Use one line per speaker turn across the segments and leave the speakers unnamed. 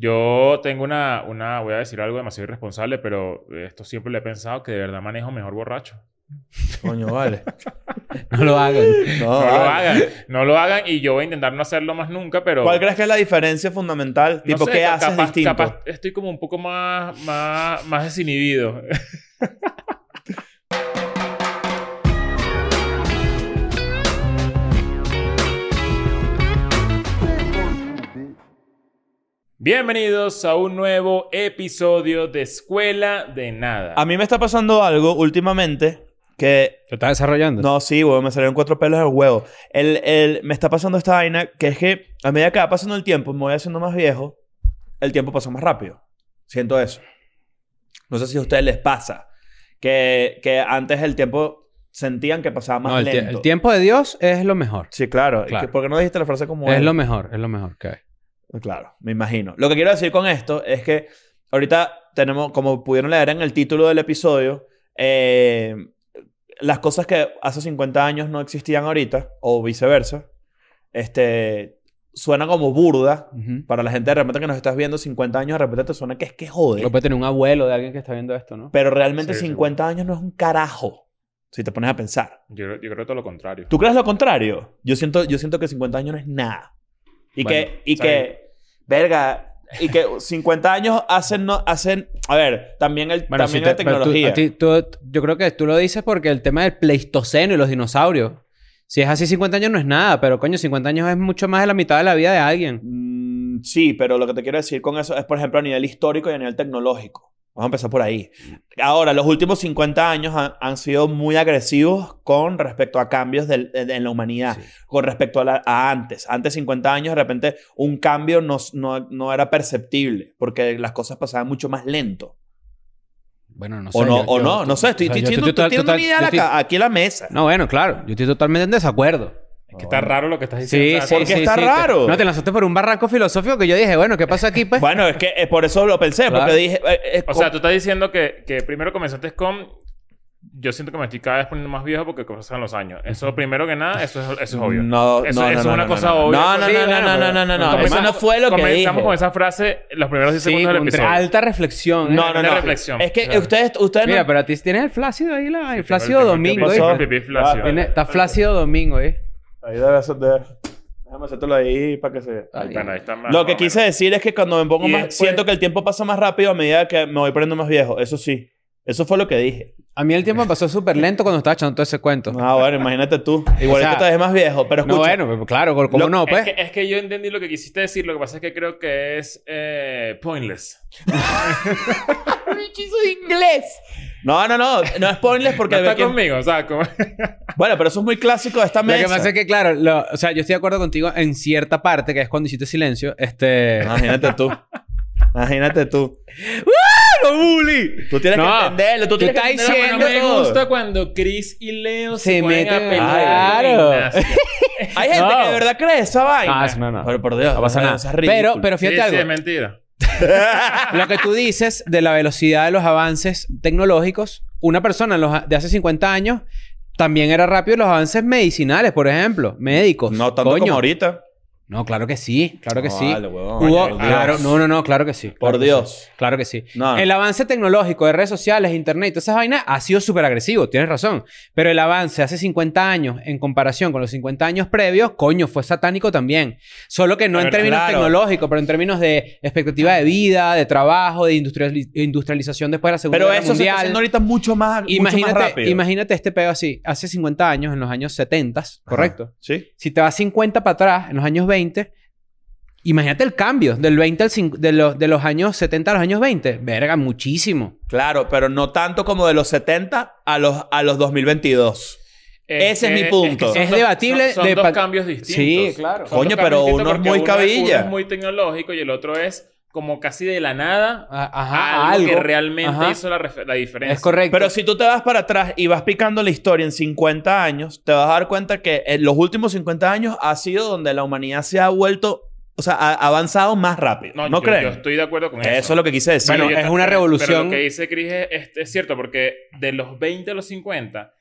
Yo tengo una, una, voy a decir algo demasiado irresponsable, pero esto siempre lo he pensado que de verdad manejo mejor borracho.
Coño, vale. No lo hagan.
No, lo hagan. No lo hagan y yo voy a intentar no hacerlo más nunca, pero...
ah. ¿Cuál crees que es la diferencia fundamental?
no
Tipo,
sé,
¿qué
ca-
haces
capaz-
distinto?
capaz estoy como un poco más, más, más desinhibido. Bienvenidos a un nuevo episodio de Escuela de Nada.
A mí me está pasando algo últimamente que...
Lo estás desarrollando.
No, sí, huevón. me salieron cuatro pelos al huevo. El, el, me está pasando esta vaina que es que a medida que va pasando el tiempo, me voy haciendo más viejo, el tiempo pasa más rápido. Siento eso. No sé si a ustedes les pasa que, que antes el tiempo sentían que pasaba más
No, el, tie-
lento.
el tiempo de Dios es lo mejor.
Sí, claro.
Claro.
¿Por qué no dijiste la frase como
Es
él?
lo mejor, es lo mejor que hay.
Claro, me imagino. Lo que quiero decir con esto es que ahorita tenemos, como pudieron leer en el título del episodio, eh, las cosas que hace 50 años no existían ahorita, o viceversa, este, suena como burda. Para la gente de repente que nos estás viendo 50 años, de repente te suena que es que jode.
Lo puede tener un abuelo de alguien que está viendo esto, ¿no?
Pero realmente
Sí,
50 años no es un carajo, si te pones a pensar.
Yo, yo creo todo lo contrario.
¿Tú crees lo contrario? Yo siento, yo siento que 50 años no es nada. Y
Bueno,
que, y
está bien.
que, verga, y que 50 años hacen, no, hacen, a ver, también, el,
Bueno,
también
si
la
te- pero tú-
tecnología.
a ti- tú- yo creo que tú lo dices porque el tema del pleistoceno y los dinosaurios. Si es así, 50 años no es nada, pero coño, 50 años es mucho más de la mitad de la vida de alguien.
Mm, sí, pero lo que te quiero decir con eso es, por ejemplo, a nivel histórico y a nivel tecnológico. Vamos a empezar por ahí. Ahora, los últimos 50 años han, han sido muy agresivos con respecto a cambios del- en en la humanidad, con respecto a, la- a antes. Antes 50 años, de repente, un cambio no, no, no era perceptible, porque las cosas pasaban mucho más lento.
Bueno, no sé.
O no,
yo-
o
yo-
no, no sé, estoy,
o sea,
estoy
yo
diciendo- estoy
total-
tirando
total-
una idea a
yo
la
estoy-
ca- aquí a la mesa.
No, bueno, claro. Yo estoy totalmente en desacuerdo.
Es que está raro lo que estás
Sí,
diciendo. o
sí,
sea,
porque
sí,
está
sí, te-
raro.
no, te lanzaste por un barranco filosófico que yo dije, bueno, ¿qué pasa aquí, pues?
Bueno, es que eh, por eso lo pensé,
Claro.
porque dije... eh, eh,
O sea, tú estás diciendo que, que primero comenzaste con... Yo siento que me estoy cada vez poniendo más viejo porque pasan los años. Eso, primero que nada, eso es, eso es obvio.
No,
eso,
no,
eso es
no,
una
no,
cosa
no, no.
obvia.
No, no,
Sí,
no,
bueno,
no,
pero-
no, no, no,
Comenzamos-
eso no fue lo que
Comenzamos
dije.
con esa frase los primeros 10
Sí,
segundos del
con
episodio.
alta reflexión. ¿eh?
no, no,
una
no.
reflexión.
Es que
Claro.
ustedes, ustedes no-
Mira, pero a ti tienes el flácido ahí, la, el
Tengo
flácido
tengo
domingo.
pipí-
¿eh?
tengo
¿eh?
pasó?
pipí flácido.
Tiene- Está flácido domingo, ¿eh?
Ahí debe ser de- Déjame hacértelo ahí para que se vea.
Ahí está, ahí está más-
Lo que
más
quise
o menos.
decir es que cuando me pongo
Y
más...
después-
Siento que el tiempo pasa más rápido a medida que me voy poniendo más viejo. Eso sí. Eso fue lo que dije.
A mí el tiempo me pasó súper lento cuando estaba echando todo ese cuento. No,
Ah, bueno, imagínate tú. Igual
sea,
que te ves más viejo, pero escucha.
bueno, pero claro, ¿cómo
Lo-
no, pues?
Es que, es que yo entendí lo que quisiste decir. Lo que pasa es que creo que es eh, pointless.
inglés. No, no, no. No es pointless porque...
no está
que-
conmigo. O sea, como-
Bueno, pero eso es muy clásico de esta
Lo
mesa.
que pasa es que, claro, lo- o sea, yo estoy de acuerdo contigo en cierta parte, que es cuando hiciste silencio. Este.
Imagínate tú. Imagínate tú.
¡Ah, ¡Lo bully!
Tú tienes
No,
que entenderlo. Tú,
tú
tienes que
estás
entenderlo
no
diciendo
me
todo.
gusta cuando Chris y Leo se,
Se
ponen a
meten-
pelear. en
Claro.
gimnasia.
Hay gente
No.
que de verdad cree esa vaina.
Ah, sí, no, no.
Pero por Dios.
No pasa nada.
eso es ridículo.
Pero, pero
Sí,
fíjate
sí,
algo.
es mentira.
lo que tú dices de la velocidad de los avances tecnológicos, una persona en los a- de hace 50 años también era rápido en los avances medicinales, por ejemplo, médicos.
No tanto
Coño.
como ahorita.
No, claro que sí, claro que
No,
sí.
vale, huevón,
Hubo-
por Dios.
claro, no, no, no, claro que sí.
Por
claro que
Dios.
sí, Claro que sí.
No, no.
El avance tecnológico de redes sociales, internet y todas esas vainas ha sido súper agresivo, tienes razón. Pero el avance hace 50 años en comparación con los 50 años previos, coño, fue satánico también. Solo que no
Pero
en términos
claro.
tecnológicos, pero en términos de expectativa de vida, de trabajo, de industriali- industrialización después de la Segunda
Pero
Guerra
eso se está
Mundial.
haciendo ahorita mucho más, mucho más
imagínate,
rápido.
imagínate este pedo así. Hace 50 años, en los años 70, ¿correcto?
Sí.
Si te vas 50 para atrás, en los años 20, imagínate el cambio del 20 al cin- de, los, de los años 70 a los años 20. Verga, muchísimo.
Claro, pero no tanto como de los 70 a los, a los 2022. Ese es mi punto.
son
Es
dos-
debatible
Son, son
de
dos
pa-
cambios distintos.
Sí, claro.
Son dos
Coño,
cambios
pero
distintos
uno es
porque
muy cabilla.
Uno es muy tecnológico y el otro es como casi de la nada.
A-
Ajá,
Ajá,
algo,
algo.
que realmente
Ajá.
hizo la, ref- la diferencia.
Es correcto.
Pero si tú te vas para atrás y vas picando la historia en 50 años, te vas a dar cuenta que en los últimos 50 años ha sido donde la humanidad se ha vuelto, o sea, ha avanzado más rápido. ¿No,
No, yo,
creen?
yo estoy de acuerdo con
eso.
eso.
es lo que quise decir.
Bueno,
yo
es
ta-
una
pero-
revolución.
Pero lo que dice Cris es, es- es cierto, porque de los 20 a los 50,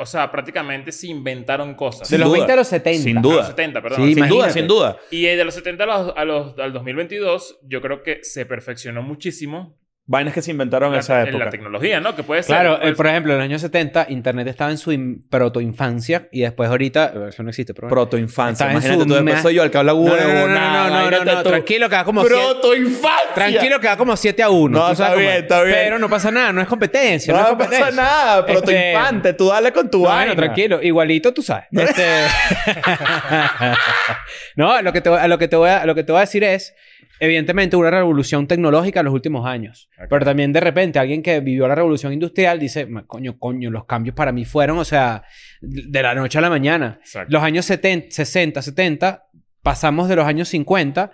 O sea, prácticamente se inventaron cosas.
De
Sin
los
duda.
20 a los 70.
Sin
A
duda.
los 70, perdón. Sí,
Sí,
Sin duda,
imagínate.
sin duda.
Y eh, de los 70 a los, a los- al 2022, yo creo que se perfeccionó muchísimo
Vainas que se inventaron en
la,
esa
en la
época.
tecnología, ¿no? Que puede ser. pues,
Claro,
puede
Pues
eh, por ejemplo, en los años 70 Internet estaba en su in- protoinfancia y después ahorita eh, eso no existe. Pero bueno.
Protoinfancia.
Estaba en
Imagínate,
su
tú después
ma-
soy yo el que habla
no, no,
huevo.
no, no, no, no, no, no,
imagínate tú.
tranquilo que va como siete-
Protoinfancia.
tranquilo que va como 7 a 1.
No, está bien, está bien.
Pero no pasa nada, no es competencia, no, es
No
competencia.
pasa nada, protoinfante. Tú dale con tu
No,
vaina.
bueno, tranquilo, igualito tú sabes. Este- no, lo que, te, voy- a lo, que te voy a, a lo que te voy a decir es, evidentemente, una revolución tecnológica en los últimos años.
Ok.
Pero también de repente alguien que vivió la revolución industrial dice, "Ma, coño, coño, los cambios para mí fueron, o sea, de la noche a la mañana.
Exacto.
Los años 70, 60, 70, pasamos de los años 50.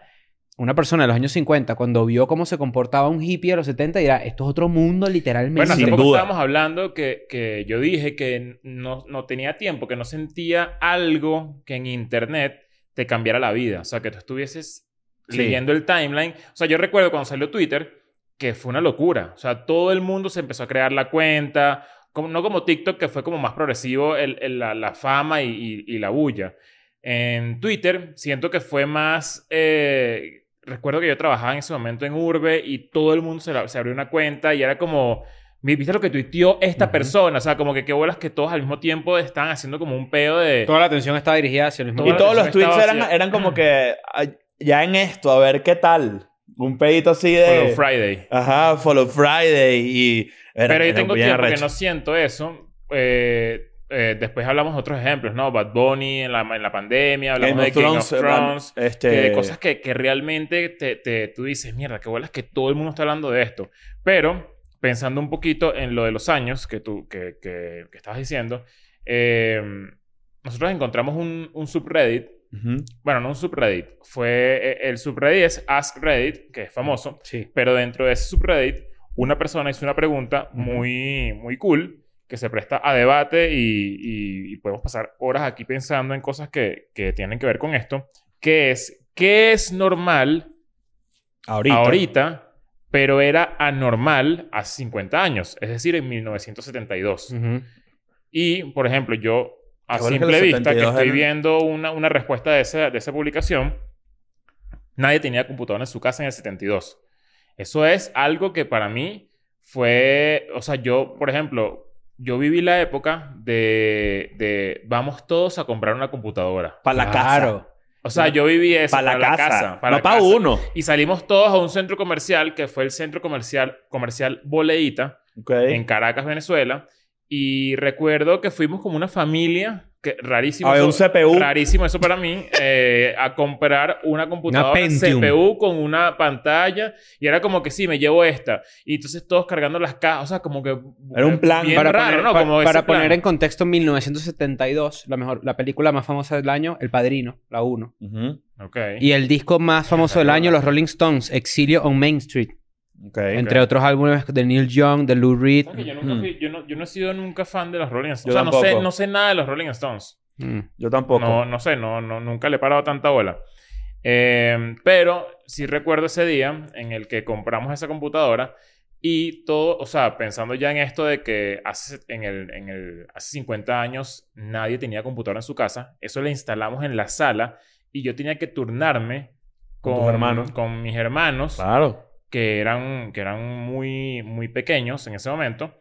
Una persona de los años 50, cuando vio cómo se comportaba un hippie de los 70, dirá, esto es otro mundo literalmente.
Bueno, hace
Sin
poco
duda.
estábamos hablando que, que yo dije que no, no tenía tiempo, que no sentía algo que en internet te cambiara la vida. O sea, que tú estuvieses
Sí.
leyendo el timeline. O sea, yo recuerdo cuando salió Twitter que fue una locura. O sea, todo el mundo se empezó a crear la cuenta. Como, no como TikTok, que fue como más progresivo el- el- la, la fama y, y- y la bulla. En Twitter siento que fue más... eh, recuerdo que yo trabajaba en ese momento en Urbe y todo el mundo se, la- se abrió una cuenta y era como... "Mi- ¿Viste lo que tuiteó esta
Ujú.
persona? O sea, como que qué bolas que todos al mismo tiempo están haciendo como un pedo de...
Toda la atención está dirigida hacia el mismo
Toda la
Y todos
atención
los tweets
estaba
eran,
hacia-
eran como que ay, ya en esto, a ver qué tal. Un pedito así
Follow
de.
Friday.
Ajá, Follow Friday y. era-
Pero yo
era
tengo
bien
tiempo que
arrecho.
no siento eso. Eh, eh, después hablamos de otros ejemplos, ¿no? Bad Bunny en la, en la pandemia, hablamos
Game
de
of
King
Thrones,
of Thrones.
eh, este,
que- cosas que, que realmente te, te- tú dices, mierda, qué bolas que todo el mundo está hablando de esto. Pero pensando un poquito en lo de los años que tú que, que- que estabas diciendo, eh, nosotros encontramos un, un subreddit.
Ujú.
Bueno, no un subreddit. Fue, eh, el subreddit es Ask Reddit, que es famoso.
Sí.
Pero dentro de ese subreddit, una persona hizo una pregunta muy, muy cool que se presta a debate y, y- y podemos pasar horas aquí pensando en cosas que, que tienen que ver con esto, que es, ¿qué es normal
Ahorita.
ahorita, pero era anormal hace 50 años? Es decir, en 1972. Y, por ejemplo, yo a
Qué bueno que
simple
los
vista que
72
estoy
eran-
viendo una, una respuesta de esa, de esa publicación, nadie tenía computadora en su casa en el 72. Eso es algo que para mí fue, o sea, yo, por ejemplo, yo viví la época de, de vamos todos a comprar una computadora.
Para la casa.
O sea, yo viví eso.
Para la casa.
para
No
la
para
casa.
uno.
Y salimos todos a un centro comercial, que fue el centro comercial, comercial Boleíta
Ok.
en Caracas, Venezuela. Y recuerdo que fuimos como una familia, que rarísimo,
Había un
eso,
CPU.
rarísimo eso para mí, eh, a comprar una computadora
Pentium.
CPU con una pantalla. Y era como que sí, me llevo esta. Y entonces todos cargando las cajas, o sea, como que...
Era un plan
bien
Para,
raro,
poner,
¿no?
pa-
Como ese
para
plan.
poner en contexto, 1972, la, mejor, la película más famosa del año, El Padrino, la 1.
Ujú.
Ok.
Y el disco más famoso del año, Los Rolling Stones, Exilio on Main Street.
Ok.
Entre otros álbumes de Neil Young, de Lou Reed.
¿Sabes que yo, nunca fui- yo no, yo no he sido nunca fan de los Rolling Stones.
Yo
o sea, no sé,
tampoco.
no sé nada de los Rolling Stones.
Mm.
Yo tampoco.
No, no sé, no, no, nunca le he parado tanta bola. Eh, pero sí recuerdo ese día en el que compramos esa computadora y todo, o sea, pensando ya en esto de que hace, en el, en el, hace 50 años nadie tenía computadora en su casa, eso le instalamos en la sala y yo tenía que turnarme
Con
con,
tus hermanos.
con mis hermanos
Claro.
que eran, que eran muy, muy pequeños en ese momento.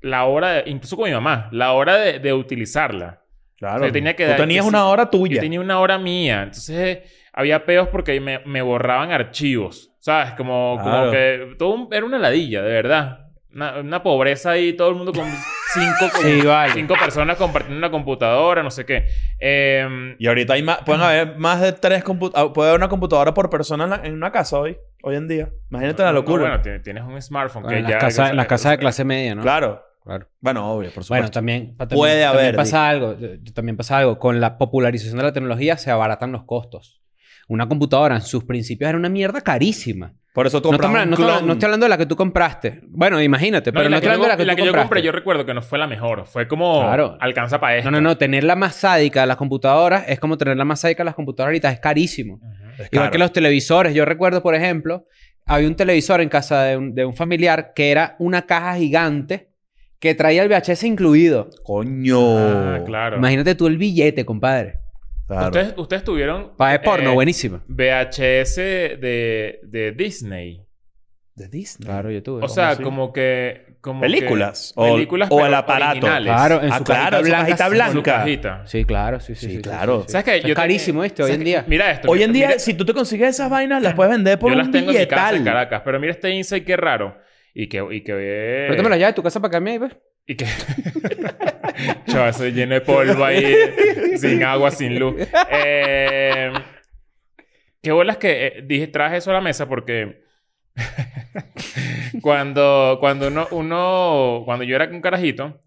La hora, de- incluso con mi mamá, la hora de, de utilizarla.
Claro.
O sea, yo tenía que
Tú
dar-
tenías
que
una
sí.
hora tuya.
Yo tenía una hora mía. Entonces eh, había peos porque me, me borraban archivos. ¿Sabes? Como,
Claro.
como que todo un- era una ladilla, de verdad. Una, una pobreza ahí, todo el mundo con cinco, con-
Sí, vale.
cinco personas compartiendo una computadora, no sé qué. Eh,
Y ahorita hay más, pueden haber más de tres computadoras, puede haber una computadora por persona en, la- en una casa hoy, hoy en día. Imagínate la
no,
locura.
bueno, ti- tienes un smartphone
Bueno,
que
en
ya.
las casas,
que-
en las casas de clase media, ¿no?
Claro.
Claro.
Bueno, obvio, por supuesto.
Bueno, también, pa-
Puede
también-
haber,
también pasa algo. eh, También pasa algo. Con la popularización de la tecnología se abaratan los costos. Una computadora en sus principios era una mierda carísima.
por eso tú
No, estoy
compras
hablando- no
un
estoy
clon.
hablando- no estoy hablando de la que tú compraste. Bueno, imagínate,
No,
pero
y la, que
no estoy hablando
yo,
de la que
la
tú
que yo
compraste.
compré, yo recuerdo que no fue la mejor. Fue como.
Claro.
Alcanza para esto.
No, no, no. Tener la más sádica de las computadoras es como tener la más sádica de las computadoras ahorita. Es carísimo.
Ujú.
Es
Igual
caro.
que los televisores. Yo recuerdo, por ejemplo, había un televisor en casa de un, de un familiar que era una caja gigante que traía el VHS incluido.
Coño.
Ah, claro.
Imagínate tú el billete, compadre.
Claro.
Ustedes, ustedes tuvieron.
Para ver porno,
eh,
buenísimo.
VHS de, de Disney.
De Disney.
Claro, yo tuve.
O sea,
así?
como que. Como que-
Películas. O,
películas
o
pero
el aparato.
originales.
Claro, en
Ah,
su
claro,
cajita
su cajita
Con su
blanca.
cajita.
Sí, claro, sí, sí.
Sí,
sí, sí,
claro.
sí, sí.
¿Sabes qué?
Eso es
Yo tengo-
carísimo esto hoy
¿sabes
en
qué?
día.
Mira esto.
Hoy en día,
mira-
si tú te consigues esas vainas, las puedes vender por
yo
un
las tengo en mi casa en
billetal.
Caracas. Pero mira este insight qué raro. Y que... Y que
Pero tómala ya de tu casa para cambiar y ves.
Y que... Chava, soy lleno de polvo ahí. sin agua, sin luz. Eh, qué bolas que eh, dije, traje eso a la mesa porque... cuando cuando uno, uno... Cuando yo era un carajito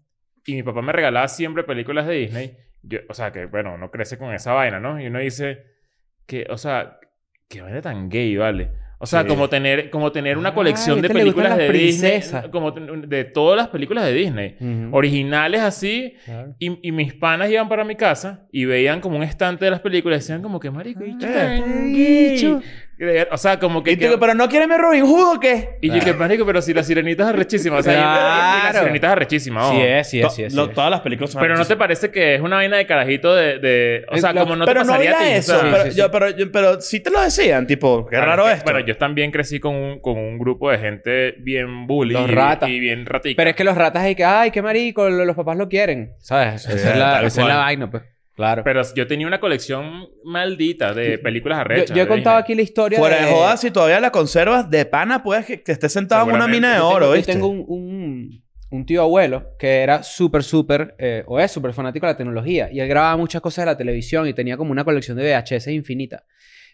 y mi papá me regalaba siempre películas de Disney. Yo, o sea, que bueno, uno crece con esa vaina, ¿no? Y uno dice... que O sea, qué vaina tan gay, ¿vale? O sea,
Sí.
como tener, como tener una
Ay,
colección
¿a
de
este le gustan
películas
las
de Disney.
princesas?
Como ten- de todas las películas de Disney originales así.
Claro.
Y, y mis panas iban para mi casa y veían como un estante de las películas y decían como que marico, bicho,
Eh.
tan gay". Y de- O sea, como que...
Y tú
que-
que, pero no quieres ver Robin Hood o qué?
y yo que marico, pero si la sirenita es arrechísima. O sea, y- y la
Claro.
sirenita es arrechísima.
Sí eh.
ojo.
es, sí
Oh. To-
es, sí es.
lo-
sí es.
Todas las películas son
Pero no te
arrechísimas.
parece que es una vaina de carajito de... de- o
Eh,
sea,
lo-
como no te
pero no
pasaría a
era
ti. o
eso.
sea,
pero,
sí, sí.
Yo, pero, yo- pero sí te lo decían, tipo, qué
claro,
raro
es que-
esto.
Bueno, yo también crecí con un, con un grupo de gente bien bully
Los
y-
ratas.
y, bien ratica.
Pero es que los ratas hay que, ay, qué marico, lo- los papás lo quieren. ¿Sabes? esa es la,
tal
esa es
cual.
la vaina, pues. Claro.
Pero yo tenía una colección maldita de películas
Yo,
arrechas.
yo he
de
contado
Disney.
aquí la historia.
Fuera de jodas, si todavía la conservas de pana, puedes que, que estés sentado en una
Seguramente.
mina de
Yo
oro,
tengo, yo
¿viste?
tengo un, un- un tío abuelo que era súper, súper, eh, o es súper fanático de la tecnología. Y él grababa muchas cosas de la televisión y tenía como una colección de VHS infinita.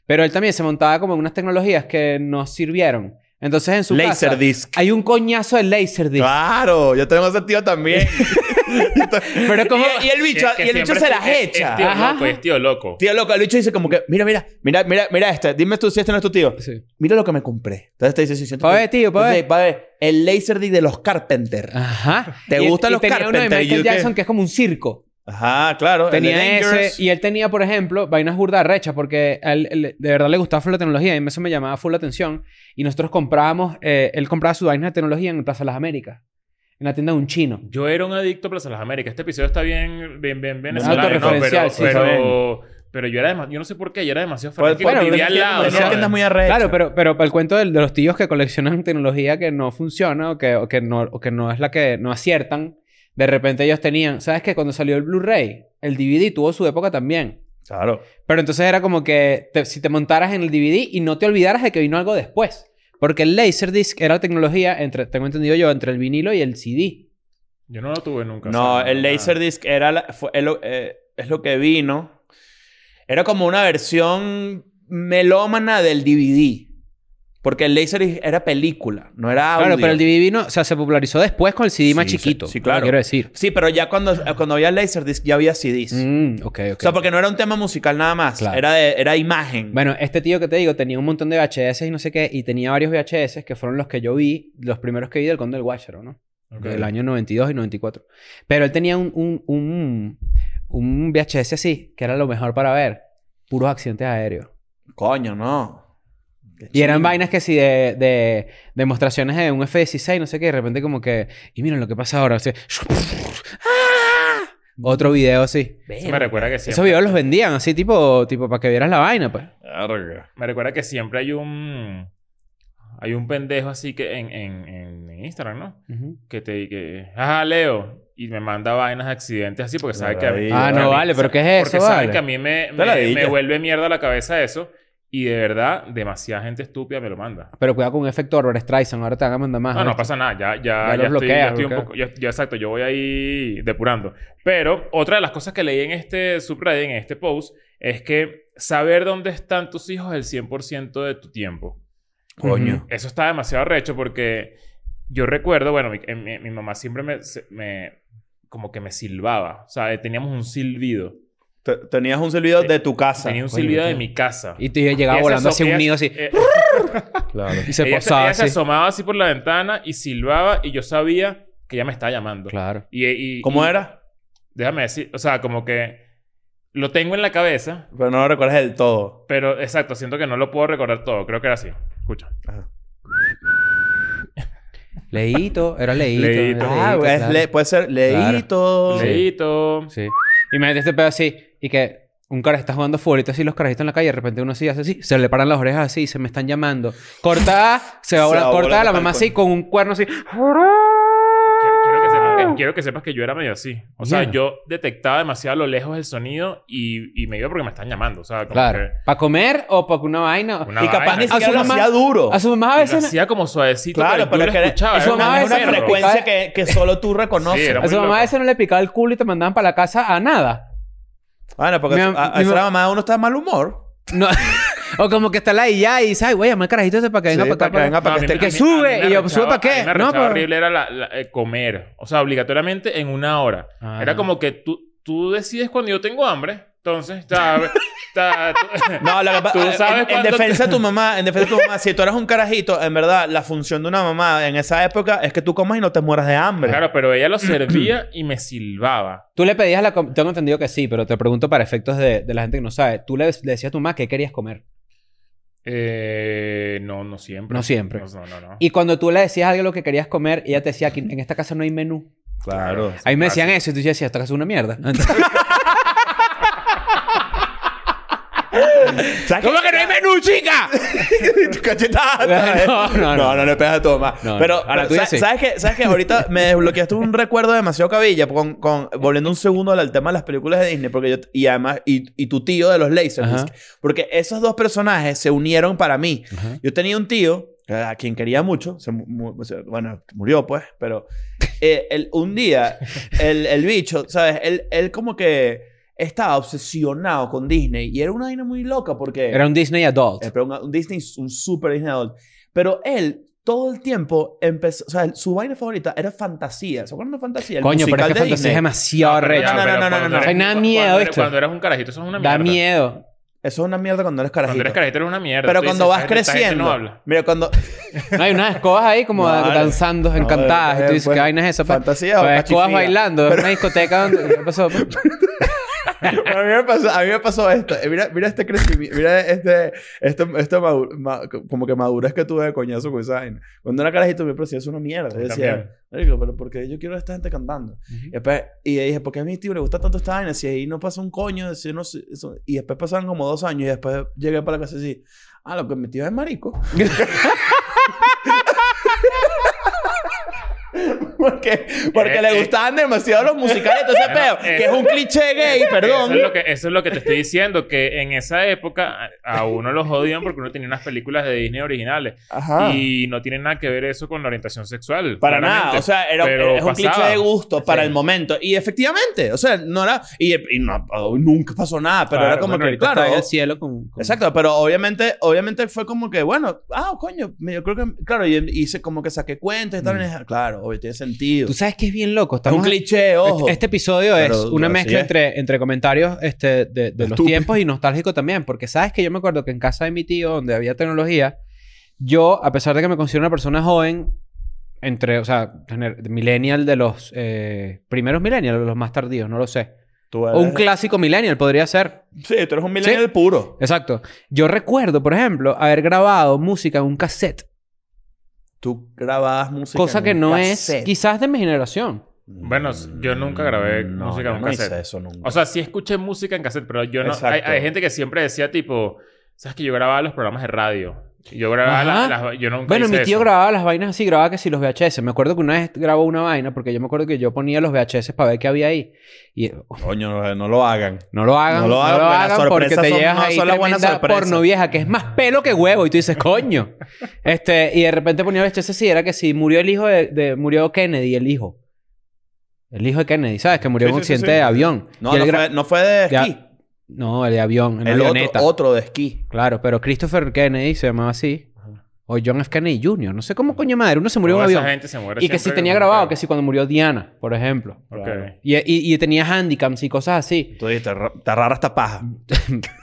Pero él también se montaba como en unas tecnologías que no sirvieron. Entonces en su casa
Laserdisc.
hay un coñazo de Laserdisc.
Claro, yo tengo ese tío también.
Pero como...
y, y el bicho,
Que- que
y el bicho
siempre
se
es-
las
es-
echa.
Es tío
Ajá.
loco, es tío loco.
Tío loco, el bicho dice como que, mira, mira, mira, mira, mira este. Dime tú si este no es tu tío.
Sí.
Mira lo que me compré. Entonces te dice, sí, siento
Pa'
que-
ver, tío, pa'
Entonces,
ver.
pa' ver. El Laserdisc de los Carpenter.
Ajá.
¿Te
Y-
gustan
y
los
tenía uno de
Carpenter,
Michael
you qué?
Jackson que es como un circo.
Ajá, claro. el de
Tenía
Dangerous.
ese. Y él tenía, por ejemplo, vainas burdas rechas porque a él, él de verdad le gustaba full la tecnología y eso me llamaba full la atención. Y nosotros comprábamos, eh, él compraba sus vainas de tecnología en Plaza de las Américas, en la tienda de un chino.
Yo era un adicto a Plaza de las Américas. Este episodio está bien, bien, bien venezolano, ¿no?
Autorreferencial,
Pero,
sí, está
pero, pero yo era demasiado... Yo no sé por qué. Yo era demasiado
Pues,
fanático.
bueno,
vivía
pero es
al
que-
lado,
Tenía
Claro.
¿no?
que andas muy arrecha.
Claro, pero, pero para el cuento del- de, los tíos que coleccionan tecnología que no funciona o que, o que, no, o que no es la que no aciertan, de repente ellos tenían, ¿sabes qué? Cuando salió el Blu-ray, el DVD tuvo su época también.
Claro.
Pero entonces era como que te- si te montaras en el DVD y no te olvidaras de que vino algo después. Porque el Laserdisc era la tecnología, entre, tengo entendido yo, entre el vinilo y el CD.
Yo no lo tuve nunca.
No,
o sea,
el
nada.
Laserdisc era la- fue- es, lo, eh, es lo que vino. Era como una versión melómana del DVD. Porque el Laserdisc era película, no era audio.
Claro, pero el DVD vino, o sea, se popularizó después con el CD más
Sí, sí,
chiquito.
sí, claro.
lo que Quiero decir.
Sí, pero ya cuando, cuando había Laserdisc ya había CDs.
Mm, ok, ok.
O sea, porque no era un tema musical nada más.
Claro.
Era, de- era imagen.
Bueno, este tío que te digo tenía un montón de VHS y no sé qué, y tenía varios VHS que fueron los que yo vi, los primeros que vi del Conde del Guacharo, ¿no?
Ok.
Del año 92 y 94. Pero él tenía un, un, un, un VHS así, que era lo mejor para ver. Puros accidentes aéreos.
Coño, no. Qué
Y eran
chimbo.
vainas que sí de, de demostraciones de un F-16, no sé qué, y de repente como que... Y miren lo que pasa ahora. así, ¡ah! Otro video así.
Eso me recuerda que siempre...
Esos videos los vendían así, tipo, tipo para que vieras la vaina, pues.
Verga.
Me recuerda que siempre hay un... Hay un pendejo así que en, en, en, en Instagram, ¿no? Que te... Que, Ajá, Leo. Y me manda vainas de accidentes así porque sabe que... a mí-
Maravilla.
Ah,
a
no,
mí-
vale. ¿Pero qué es eso,
Porque saben
vale?
que a mí me,
Está la
me,
dilla.
me vuelve mierda la cabeza eso. Y de verdad, demasiada gente estúpida me lo manda.
Pero cuidado con un efecto Robert Streisand. Ahora te van a mandar más.
No, no
¿viste?
pasa nada. Ya, ya,
Ya
ya,
los
estoy,
bloqueas,
ya estoy un
bloqueas.
poco... Ya, ya, exacto, yo voy ahí depurando. Pero otra de las cosas que leí en este subreddit, en este post, es que saber dónde están tus hijos el 100% de tu tiempo.
Coño.
Eso está demasiado recho porque yo recuerdo, bueno, mi, en- mi- mi mamá siempre me, se- me... Como que me silbaba. O sea, eh, teníamos un silbido.
Te- Tenías un silbido de tu casa.
Tenía un
coño,
silbido de
tío.
mi casa.
Y tú y llegaba
Ella se
volando
aso-
hacia
ella-
un nido así.
eh,
Claro.
Y se
ella
posaba
ella se
así.
asomaba así por la ventana y silbaba y yo sabía que ella me estaba llamando.
Claro.
Y, y-
¿Cómo
y-
era?
Déjame decir, o sea, como que lo tengo en la cabeza,
Pero no lo recuerdas del todo.
pero exacto, siento que no lo puedo recordar todo. Creo que era así. Escucha.
Ajá.
Leíto, era leíto. era
Leíto. pues,
Ah,
leíto,
es
claro.
le- puede ser leíto.
Sí.
Leíto.
Sí. Imagínate este pedo así y que un carajito está jugando fútbol y tú así los carajitos en la calle, de repente uno así hace así, se le paran las orejas así y se me están llamando. Cortada, se va a
Se
volar,
va a
cortada
volar
la
tal
mamá
cual.
así con un cuerno así.
Quiero, quiero que sepas
Ah.
que, quiero que sepas que yo era medio así. O sea,
Mierda.
yo detectaba demasiado a lo lejos el sonido y, y me iba porque me están llamando. O sea, como
Claro. ¿Para comer o para una vaina?
que... Una
Y capaz
vaina.
ni
A su
siquiera lo
mamá-
hacía duro.
A su mamá a
Y lo
veces...
hacía como suavecito,
Claro,
pero
pero
yo
que
lo
era-
escuchaba.
eso
Era una
mamá
Es
vaina
una
veces-
perro.
frecuencia que, que solo tú reconoces.
Sí, era
A su
muy
mamá a
loco.
veces no le picaba el culo y te mandaban para la casa a nada.
Bueno, porque
Mi
a,
mam-
a- a
mi
esa
mam-
mamá uno está de mal humor.
No. o como que está la y ya y sabes, güey, llama al carajito ese para que venga
Sí,
para acá.
para que venga para
a
que
mí-
esté-
que
a mí-
sube.
a mí me
Y yo,
arrechaba-
¿sube pa' qué?
a mí me
No, pues,
arrechaba
pero-
horrible era la- la- eh, comer. O sea, obligatoriamente en una hora.
Ah.
Era como que tú, tú decides cuando yo tengo hambre. Entonces, ta- ta- tú-
No, lo que
Tú
pasa-
sabes
en, en
cuándo-
defensa de tu mamá, en defensa de tu mamá, si tú eras un carajito, en verdad, la función de una mamá en esa época es que tú comas y no te mueras de hambre.
claro, pero ella lo servía y me silbaba.
Tú le pedías la... com- Tengo entendido que sí, pero te pregunto para efectos de, de la gente que no sabe. Tú le, le decías a tu mamá qué querías comer.
Eh, no, no siempre.
No siempre.
No, no, no.
Y cuando tú le decías algo que querías comer, ella te decía que en esta casa no hay menú.
Claro.
A mí me decían eso y tú decías, esta casa es una mierda. Entonces,
¿Sabes
¿Cómo que no hay menú, chica?
Tu cachetada.
No, no, no.
le pegas a tu mamá.
No, no.
pero,
A la
pero,
tuya
¿sabes,
sí.
¿sabes qué? ¿Sabes qué? Ahorita me desbloqueaste un recuerdo demasiado cabilla. Con, con- volviendo un segundo al tema de las películas de Disney. Porque yo, y además, y, y tu tío de los
Ajá.
Laserdisc. Porque esos dos personajes se unieron para mí. Yo tenía un tío eh, a quien quería mucho. se mu- mu- se- bueno, murió pues, pero eh, el- un día el, el bicho, ¿sabes? Él, él como que estaba obsesionado con Disney y era una vaina muy loca porque
era un Disney adult.
eh, pero un, un Disney, un super Disney adult. Pero él todo el tiempo empezó, o sea, él- su vaina favorita era fantasía. ¿Se acuerdan de fantasía? El
Coño, pero
musical
es que
de
fantasía es
Disney.
demasiado
pero ya,
No,
recha.
no,
pero
no, no,
cuando
no, no.
eres-
Hay nada
cuando
miedo,
eres-
¿viste?
Cuando eres un carajito, eso es una mierda.
Da miedo.
Eso es una mierda cuando eres
Cuando
carajito.
eres carajito, eres una mierda.
pero
Tú
cuando
dices,
vas
"Esta gente
creciendo,
No habla.
mira, cuando
No, hay unas escobas ahí como
No, vale.
danzando,
No,
encantadas. y tú dices,
pues,
¿qué vaina es esa? pa?
fantasía o
Pues, escobas
cachifía.
bailando. en una discoteca donde... ¿Qué pasó? pa?
a, mí me pasó, a mí me pasó esto. Eh, Mira, mira este crecimiento. Mira este, este, este madu- ma- como que madurez que tuve de coñazo con esa vaina. Cuando era carajito me parecía es una mierda. Yo
También.
decía, "Marico, pero porque yo quiero a esta gente cantando. y, después, y dije, ¿por qué a mi tío le gusta tanto esta vaina? Si ahí no pasa un coño. Si no, sé- eso". Y después pasaron como dos años y después llegué para la casa y así, ah, lo que mi tío es marico. porque porque
Eh,
le
eh.
gustaban demasiado los musicales. Entonces,
Bueno, eh,
peo, que es
eso-
un cliché gay, perdón.
Eso es, lo que, eso es lo que te estoy diciendo, que en esa época a, a uno lo jodían porque uno tenía unas películas de Disney originales.
Ah.
Ajá.
Y no tiene nada que ver eso con la orientación sexual.
Para
claramente.
nada, o sea, era,
Pero
es un
pasaba.
cliché de gusto para
Sí.
el momento. Y efectivamente, o sea, no era. Y, y no- oh, nunca pasó nada, pero
Claro,
era como
bueno,
que.
ahorita
Claro,
Está en
o-
el cielo con... con-
exacto, pero obviamente, obviamente fue como que, bueno, ah, coño, me- yo creo que. Claro, y em, hice como que saqué cuentas y
Mm.
tal. y dije, Claro, obvio, tiene sentido.
Tú sabes que es bien loco.
es un
Estamos...
cliché, ojo.
Este, este episodio
Pero
es una
así
mezcla
es.
entre, entre comentarios este, de, de los
Estúpido.
tiempos y nostálgico también, porque sabes que yo me acuerdo que en casa de mi tío, donde había tecnología, yo, a pesar de que me considero una persona joven, entre, o sea, gener- millennial de los eh, primeros millennials, de los más tardíos, no lo sé.
Tú
O un
eres-
clásico millennial podría ser.
sí, tú eres un millennial puro.
Exacto. Yo recuerdo, por ejemplo, haber grabado música en un cassette,
Tú grababas música.
cosa
en
que
un
no es
cassette.
quizás de mi generación.
Bueno, yo nunca grabé música en
yo
un
no hice
cassette.
eso nunca.
O sea, sí escuché música en cassette, pero yo no.
Exacto.
Hay, hay gente que siempre decía, tipo, ¿sabes que yo grababa los programas de radio? Yo grababa
Ajá.
la- las. Yo nunca
Bueno,
hice
mi tío
eso.
grababa las vainas así, grababa que si los VHS. Me acuerdo que una vez grabó una vaina, porque yo me acuerdo que yo ponía los VHS para ver qué había ahí. Y eh,
Coño, no lo hagan.
no lo hagan,
No lo
no lo hagan,
hagan, porque las
porque
sorpresas
te
son-
llevas
no
ahí
son las buenas
tremenda
sorpresas.
porno vieja, que es más pelo que huevo. Y tú dices, coño. este, y de repente ponía VHS así, era que si murió el hijo de, de- Murió Kennedy, el hijo. El hijo de Kennedy, ¿sabes? Que murió en
Sí,
un
sí, sí,
accidente
sí.
de avión.
No,
Y él
no
gra-
fue, no fue de
Ya.
esquí.
No, el de avión, en
El
avioneta.
otro, otro de esquí.
Claro, pero Christopher Kennedy se llamaba así. O John F. Kennedy Jr. No sé cómo coño madre. Uno se murió en
Toda
un
esa
avión.
gente se muere
Y que si
siempre
tenía
como
grabado,
tal.
que si cuando murió Diana, por ejemplo.
Ok.
Y, y, y tenía handicaps y cosas así.
Tú dijiste, "Ra- está rara esta paja.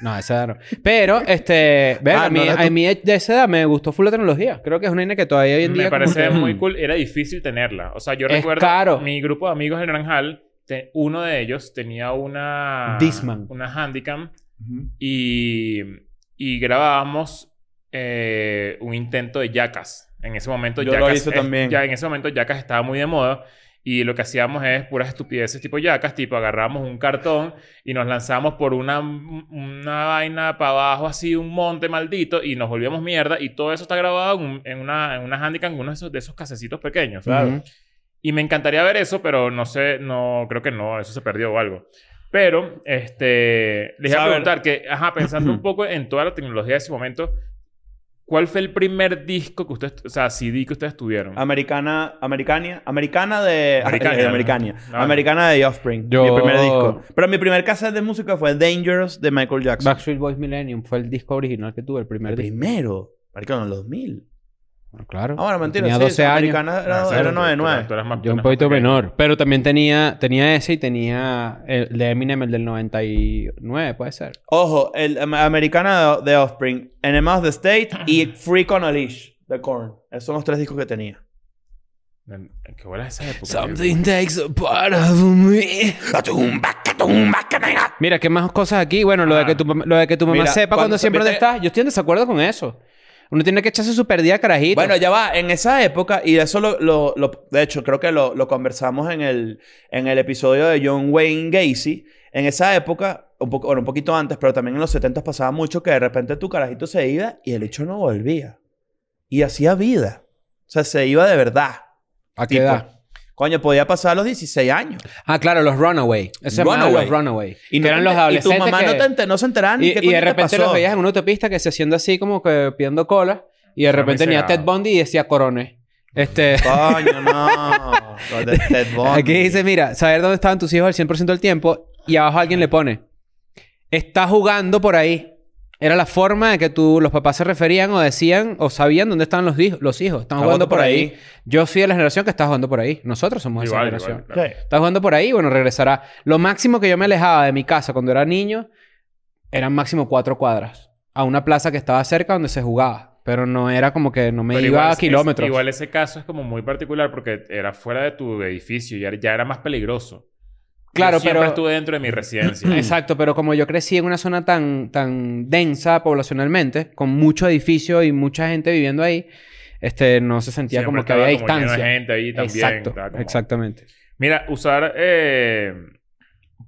no, esa no. Pero, este, ver,
Ah,
a, mí,
no, no,
a
tú-
mí de esa edad me gustó full la tecnología. Creo que es una línea que todavía hoy en día.
Me
como
parece
que-
muy cool. Era difícil tenerla. O sea, yo
Es
recuerdo...
caro.
Mi grupo de amigos en Naranjal, te- uno de ellos tenía una...
Discman.
Una Handicam. Y, y grabábamos eh, un intento de Jackass. En ese momento
Yo lo
Jackass
hice
es-
también.
Ya en ese momento Jackass estaba muy de moda. Y lo que hacíamos es puras estupideces tipo Jackass. Tipo, agarramos un cartón y nos lanzamos por una, una vaina para abajo así, un monte maldito. Y nos volvíamos mierda. Y todo eso está grabado en, un- en una, en una handicap, en uno de esos, de esos casecitos pequeños. ¿sabes?
Ujú.
Y me encantaría ver eso, pero no sé, no, creo que no, eso se perdió o algo. Pero, este, les iba a
Saber.
preguntar que, ajá, pensando un poco en toda la tecnología de ese momento, ¿cuál fue el primer disco que ustedes, o sea, CD que ustedes tuvieron?
Ah, Americana, Americania, Americana de.
Americana,
de
¿no?
Americania.
Ah.
Americana de The Offspring.
Yo-
Mi primer disco. Pero mi primer cassette de música fue Dangerous de Michael Jackson.
Backstreet Boys Millennium fue el disco original que tuve, el primer
el
disco.
primero. Marcaron en los 2000.
Bueno, Claro.
Ah, bueno, mentira.
Tenía
sí,
12 años.
Americana
Ah,
era,
¿sabes?
era
Tú-
9,
tú- tú
9.
eras más- tú
Yo
eras
un
más
poquito
pequeño.
menor, pero también tenía, tenía ese y tenía el de Eminem, el del 99, puede ser.
Ojo, el am- Americana de, de Offspring, Enemies of the State y Freak on a Leash de Korn. Esos son los tres discos que tenía.
¿Qué bola esa época?
takes a part of me. Mira, ¿qué más cosas aquí? Bueno, lo, de,
Ah.
que tu, mam- lo de que tu mamá
Mira,
sepa
cuando
cuando siempre dónde
supiste-
estás. Yo estoy en desacuerdo con eso. Uno tiene que echarse su perdida carajito.
Bueno, ya va, en esa época, y eso lo, lo- lo- de hecho, creo que lo, lo conversamos en el, en el episodio de John Wayne Gacy. En esa época, un poco, bueno, un poquito antes, pero también en los 70 pasaba mucho que de repente tu carajito se iba y el hecho no volvía. Y hacía vida. O sea, se iba de verdad.
¿A qué
Tipo,
edad?
Coño, podía pasar los 16 años.
Ah, claro, los Runaway. Eso se llamaban
Runaway.
los Runaway.
Y
que eran
te
los
enter-
adolescentes.
Y tu mamá
que-
no, te enter- no se enteraba ni
Y,
qué
y
coño
de
te
repente
pasó.
los veías en una autopista que se haciendo así como que pidiendo cola. Y de
Era muy
repente venía Ted
cegado.
Bundy y decía corones. Este...
Coño, no. Lo de Ted Bundy.
Aquí dice, mira, saber dónde estaban tus hijos al 100% del tiempo. Y abajo alguien le pone, está jugando por ahí. Era la forma de que tú, los papás se referían o decían o sabían dónde estaban los, hij- los hijos. Están
Está
jugando por ahí. Yo soy de la generación que está jugando por ahí. Nosotros somos esa
Igual, igual,
generación.
claro.
Sí.
Está jugando por ahí, bueno, regresará. Lo máximo que yo me alejaba de mi casa cuando era niño eran máximo cuatro cuadras. A una plaza que estaba cerca donde se jugaba. Pero no era como que no me
Pero
iba
igual
a
es-
kilómetros.
es- igual ese caso es como muy particular porque era fuera de tu edificio y ya, ya era más peligroso.
Claro,
Yo siempre
pero-
estuve dentro de mi residencia.
Exacto, pero como yo crecí en una zona tan, tan densa poblacionalmente, con mucho edificio y mucha gente viviendo ahí, este, no se sentía
Siempre
como que
estaba
había
como lleno de
distancia.
gente ahí también.
Exacto,
estaba como-
exactamente.
Mira, usar eh,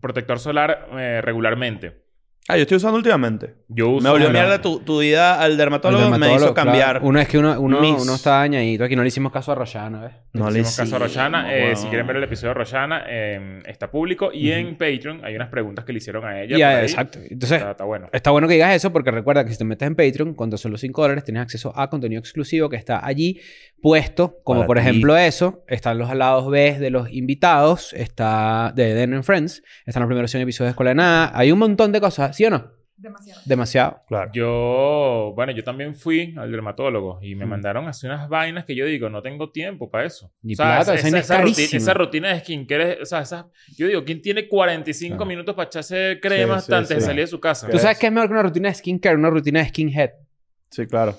protector solar eh, regularmente.
Ah, yo estoy usando últimamente.
Yo uso.
me volvió
bueno,
mierda tu, tu ida al dermatólogo,
El
me
dermatólogo,
hizo cambiar.
claro. Uno es que uno, uno,
mis-
uno está dañadito. Aquí no le hicimos caso a Rayana, ¿ves?
No le
Hicimos caso a
hicimos,
Roshana. Eh,
weón.
Si quieren ver el episodio de Roshana, eh, está público. Y en Patreon hay unas preguntas que le hicieron a ella.
Ya,
por ahí.
exacto. Entonces,
Está, está bueno.
Está bueno que digas eso porque recuerda que si te metes en Patreon, con tan solo 5 dólares tienes acceso a contenido exclusivo que está allí puesto, como
Para
por
ti.
ejemplo eso, están los alados B de los invitados, está de Den and Friends, están los primeros 100 episodios de Escuela de Nada, hay un montón de cosas, ¿sí o no?
Demasiado.
Demasiado.
Claro.
Yo, bueno, yo también fui al dermatólogo y me
Mm.
mandaron así unas vainas que yo digo, no tengo tiempo para eso.
Ni plata, esa vaina es
rutina,
carísima.
esa rutina de skincare, o sea, esas- yo digo, ¿quién tiene 45
Claro.
minutos para echarse crema
Sí,
hasta
sí,
antes de
sí.
salir de su casa?
¿Tú sabes qué es mejor que una rutina de skincare? Una rutina de skinhead.
Sí, claro.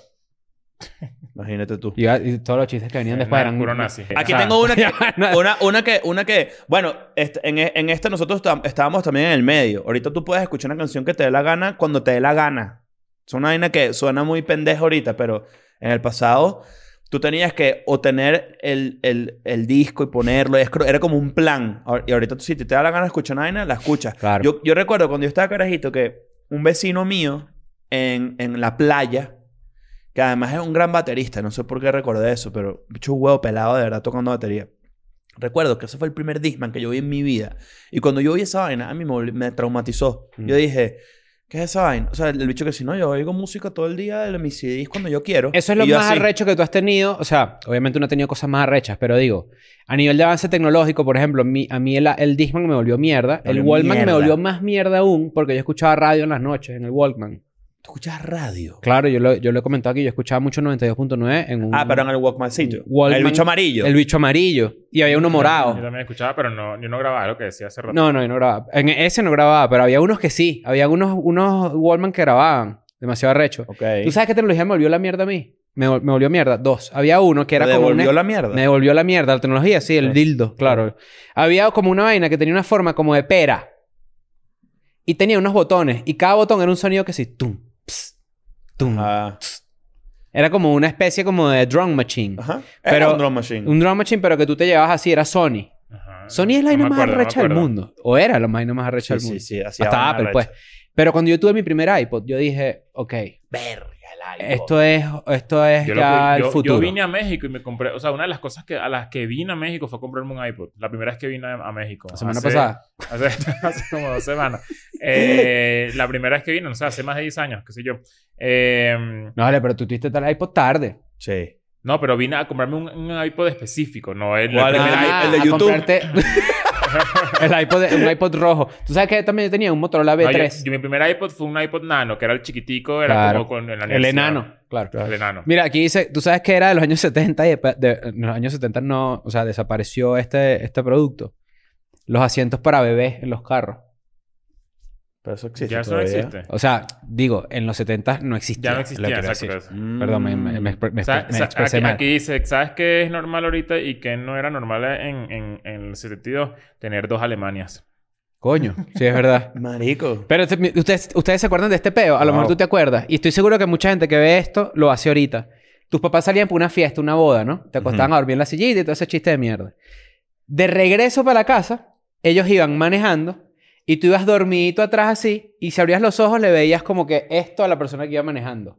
Imagínate tú.
Y, y todos los chistes que venían después
Nada,
eran...
puro nazi.
Aquí
Ah,
tengo una que,
No.
una, una que, una que, bueno, est- en, e- en esta nosotros tam- estábamos también en el medio. Ahorita tú puedes escuchar una canción que te dé la gana cuando te dé la gana. Es una vaina que suena muy pendeja ahorita, pero en el pasado tú tenías que o tener el, el, el disco y ponerlo. y es cro- era como un plan. Ahor- Y ahorita tú, si te da la gana de escuchar una vaina, la escuchas.
Claro.
Yo, yo recuerdo cuando yo estaba carajito que un vecino mío en, en la playa, que además es un gran baterista, no sé por qué recordé eso, pero mucho huevo pelado de verdad tocando batería. Recuerdo que ese fue el primer Disman que yo vi en mi vida. Y cuando yo vi esa vaina, a mí me, volvi- me traumatizó.
Mm.
Yo dije, ¿qué es esa vaina? O sea, el, el bicho que si no, yo oigo música todo el día de mis CDs cuando yo quiero.
Eso es
Y
lo
yo
más
así.
arrecho que tú has tenido. O sea, obviamente uno ha tenido cosas más arrechas, pero digo, a nivel de avance tecnológico, por ejemplo, mi- a mí el, el Discman me volvió mierda.
Me
el
volvió
Walkman me
mierda.
volvió más mierda aún porque yo escuchaba radio en las noches en el Walkman.
¿Tú escuchas radio?
Claro, yo lo, yo lo he comentado aquí, yo escuchaba mucho 92.9 en un.
Ah, pero en el Walkmancito.
Walkman-
el bicho amarillo.
El bicho amarillo. Y había uno
Yo
morado.
también escuchaba, pero no, yo no grababa lo que decía hace rato.
No, no, yo no grababa. En ese no grababa, pero había unos que sí. Había unos, unos Walkman que grababan. Demasiado arrecho.
Ok.
¿Tú sabes qué tecnología me volvió la mierda a mí? Me, vol- me volvió mierda. Dos. Había uno que era
¿Te
como. una-
devolvió la mierda.
Me devolvió la mierda la tecnología, sí, el
Sí.
dildo, claro. Había como una vaina que tenía una forma como de pera. Y tenía unos botones. Y cada botón era un sonido que sí, tum, ps, tum,
Ah.
Era como una especie como de drum machine.
Ajá.
Pero-
Era un drum machine.
Un drum machine, pero que tú te llevabas así, era Sony.
Ajá.
Sony es la
No me
vaina más
acuerdo, no me
arrecha del
acuerdo.
mundo. O era la vaina más
Sí,
arrecha del
sí,
mundo.
sí, hacía
Hasta
vaina
Apple,
recha.
pues. Pero cuando yo tuve mi primer iPod, yo dije, ok,
Verga, el iPod.
esto es, esto es
Yo, lo-
ya
yo-
el futuro.
yo vine a México y me compré, o sea, una de las cosas que, a las que vine a México fue comprarme un iPod. La primera vez que vine a, a México.
La semana
Hace-
pasada.
Hace, hace como dos semanas. Eh, la primera vez que vine, no sé, hace más de 10 años, qué sé yo. Eh,
No, vale, pero tú tuviste tal iPod tarde.
Sí.
no, pero vine a comprarme un, un iPod específico, no el,
¿Cuál
el
era?
primer iPod.
Ah, el de
a
YouTube.
comprarte- el iPod, de- un iPod rojo. Tú sabes que también yo tenía un Motorola
No, yo-
B3.
yo- mi primer iPod fue un iPod nano, que era el chiquitico, era
Claro.
como con en la
el
universidad.
enano, claro.
El enano.
Mira, aquí dice, tú sabes que era de los años 70 y después de, en los años 70 no, o sea, desapareció este, este producto. Los asientos para bebés en los carros.
Pero eso existe.
ya eso no
todavía.
existe.
O sea, digo, en los 70 no existía.
Ya no
lo
existía,
quiero
exacto.
decir.
eso.
Mm.
Perdón, me, me, me expre- me
O sea,
expre- me
o sea,
expresé
aquí,
mal.
aquí dice, ¿sabes qué es normal ahorita y qué no era normal en, en, en el 72? Tener dos Alemanias.
Coño, sí, es verdad.
Marico.
Pero este- mi- ustedes, ustedes se acuerdan de este peo. A lo
Wow.
mejor tú te acuerdas. Y estoy seguro que mucha gente que ve esto lo hace ahorita. Tus papás salían por una fiesta, una boda, ¿no? Te acostaban
Ujú.
a dormir en la sillita y todo ese chiste de mierda. De regreso para la casa, ellos iban manejando y tú ibas dormidito atrás así y si abrías los ojos le veías como que esto a la persona que iba manejando.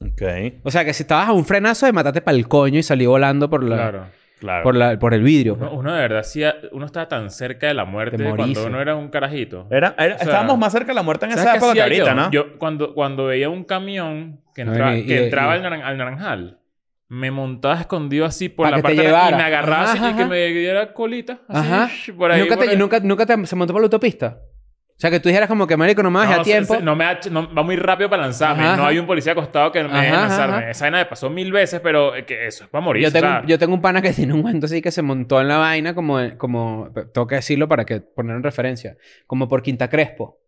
Ok.
O sea, que si estabas a un frenazo de matarte para el coño y salí volando por la,
Claro.
Claro.
por, la, por el vidrio.
Uno, uno de verdad hacía- uno estaba tan cerca de la muerte
Te morís.
cuando uno era un carajito.
Era, era-
O sea,
estábamos más cerca de la muerte en
¿Sabes
esa
qué
época que
hacía
ahorita,
yo?
¿no?
Yo cuando, cuando veía un camión que
No,
entraba,
y-
que
y-
entraba
y-
Al, naran- al naranjal, me montaba escondido así por
Pa'
la
que te
parte de la- y
llevara.
me agarraba así
Ajá,
y que
ajá.
me diera colita. Así,
Ajá.
shh, por ahí.
¿Nunca,
por
te,
ahí.
nunca, nunca te- se montó por la autopista? O sea, que tú dijeras como que, marico, no me bajé
No,
a
se-
tiempo.
se- no me da ch- no- va muy rápido para lanzarme.
Ajá,
no
ajá.
hay un policía acostado que me
Ajá,
deje
ajá,
lanzarme.
ajá.
Esa vaina me pasó mil veces, pero eh, que eso es para morir.
yo, tengo,
o sea,
un- yo tengo un pana que tiene un cuento así que se montó en la vaina como... como tengo que decirlo para que poner en referencia. Como por Quinta Crespo.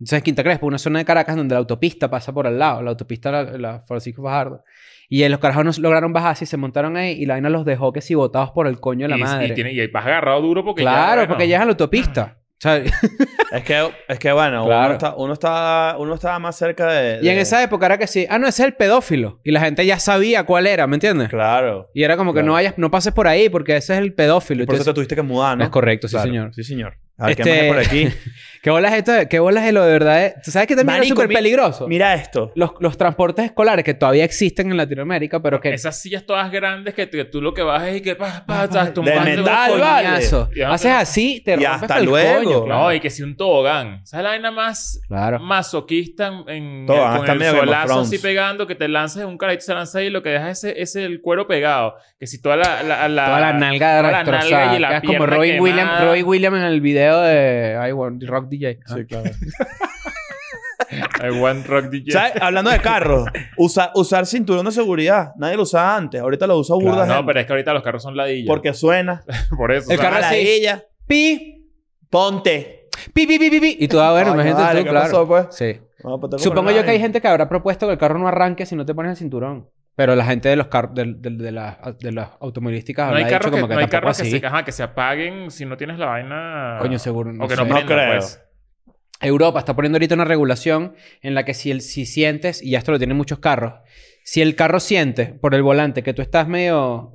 Entonces, Quinta Crespo, una zona de Caracas donde la autopista pasa por al lado. La autopista la, la Francisco Fajardo. Y eh, los carajos no s- lograron bajar así, se montaron ahí y la vaina los dejó que si botados por el coño de la
y,
madre.
Y, tiene, y vas agarrado duro porque. ya,
claro,
bueno,
porque ya es a la
Ah.
autopista. O sea,
Es que, es que bueno,
Claro.
uno, está, uno, está, uno estaba más cerca de.
y en
de-
esa época era que sí. Ah, no, ese es el pedófilo. Y la gente ya sabía cuál era, ¿me entiendes?
Claro.
Y era como que
Claro.
no vayas, no pases por ahí porque ese es el pedófilo. Y
Por
tú
eso te
dices,
tuviste que mudar, ¿no?
Es correcto, sí,
Claro.
señor.
Sí, señor. A ver, ¿qué
Este-
más hay por aquí?
¿Qué bolas esto? de- ¿Qué bolas es lo de verdad? eh? ¿Tú sabes que también
Marico,
es súper
mi-
peligroso?
Mira esto.
Los, los transportes escolares que todavía existen en Latinoamérica, pero que...
Esas sillas todas grandes que, que tú lo que vas es y que. Pa, pa, estás
de
tumbando-
metal,
Coño,
vale.
Coñazo.
Y hasta-
Haces así, te
y
rompes
hasta
pa'l
luego.
coño, claro.
No, y que si un tobogán. Esa es la vaina más
Claro.
masoquista en, en
Tobogán,
con
está
el
medio Game of
solazo
Thrones.
así pegando que te lanzas un carajito se lanza ahí y lo que dejas es, es el cuero pegado que si toda la, la, la-
Toda la
Ah,
nalga
toda la nalga
destrozada.
y la
Quedas como
pierna
Roy
quemada.
Williams Roy William en el video de I Want Rock DJ. Ah.
claro.
I want rock DJ
¿Sabes? Hablando de carros, usa- usar cinturón de seguridad. Nadie lo usaba antes. Ahorita lo usa burda
no
gente.
pero es que ahorita los carros son ladillas
Porque suena.
por eso
El
o sea,
carro así.
Maravilla.
Pi,
Ponte.
pi, pi, pi, pi, pi. Y tú, ah, bueno,
Coño,
imagínate
vale,
tú,
¿qué
claro.
pasó, pues?
Sí.
No, pues, tengo
Supongo yo
problema.
que hay gente que habrá propuesto que el carro no arranque si no te pones el cinturón. Pero la gente de los carros de, de- de las, de las automovilísticas
no hay
habrá dicho
carros que,
Ah, como que
no hay
tampoco
carros que,
así.
se, ajá, que se apaguen si no tienes la vaina
Coño, seguro.
Ah. o que
sé.
no, prendan,
creo.
pues.
Europa está poniendo ahorita una regulación en la que si, el, si sientes, y ya esto lo tienen muchos carros, si el carro siente por el volante que tú estás medio...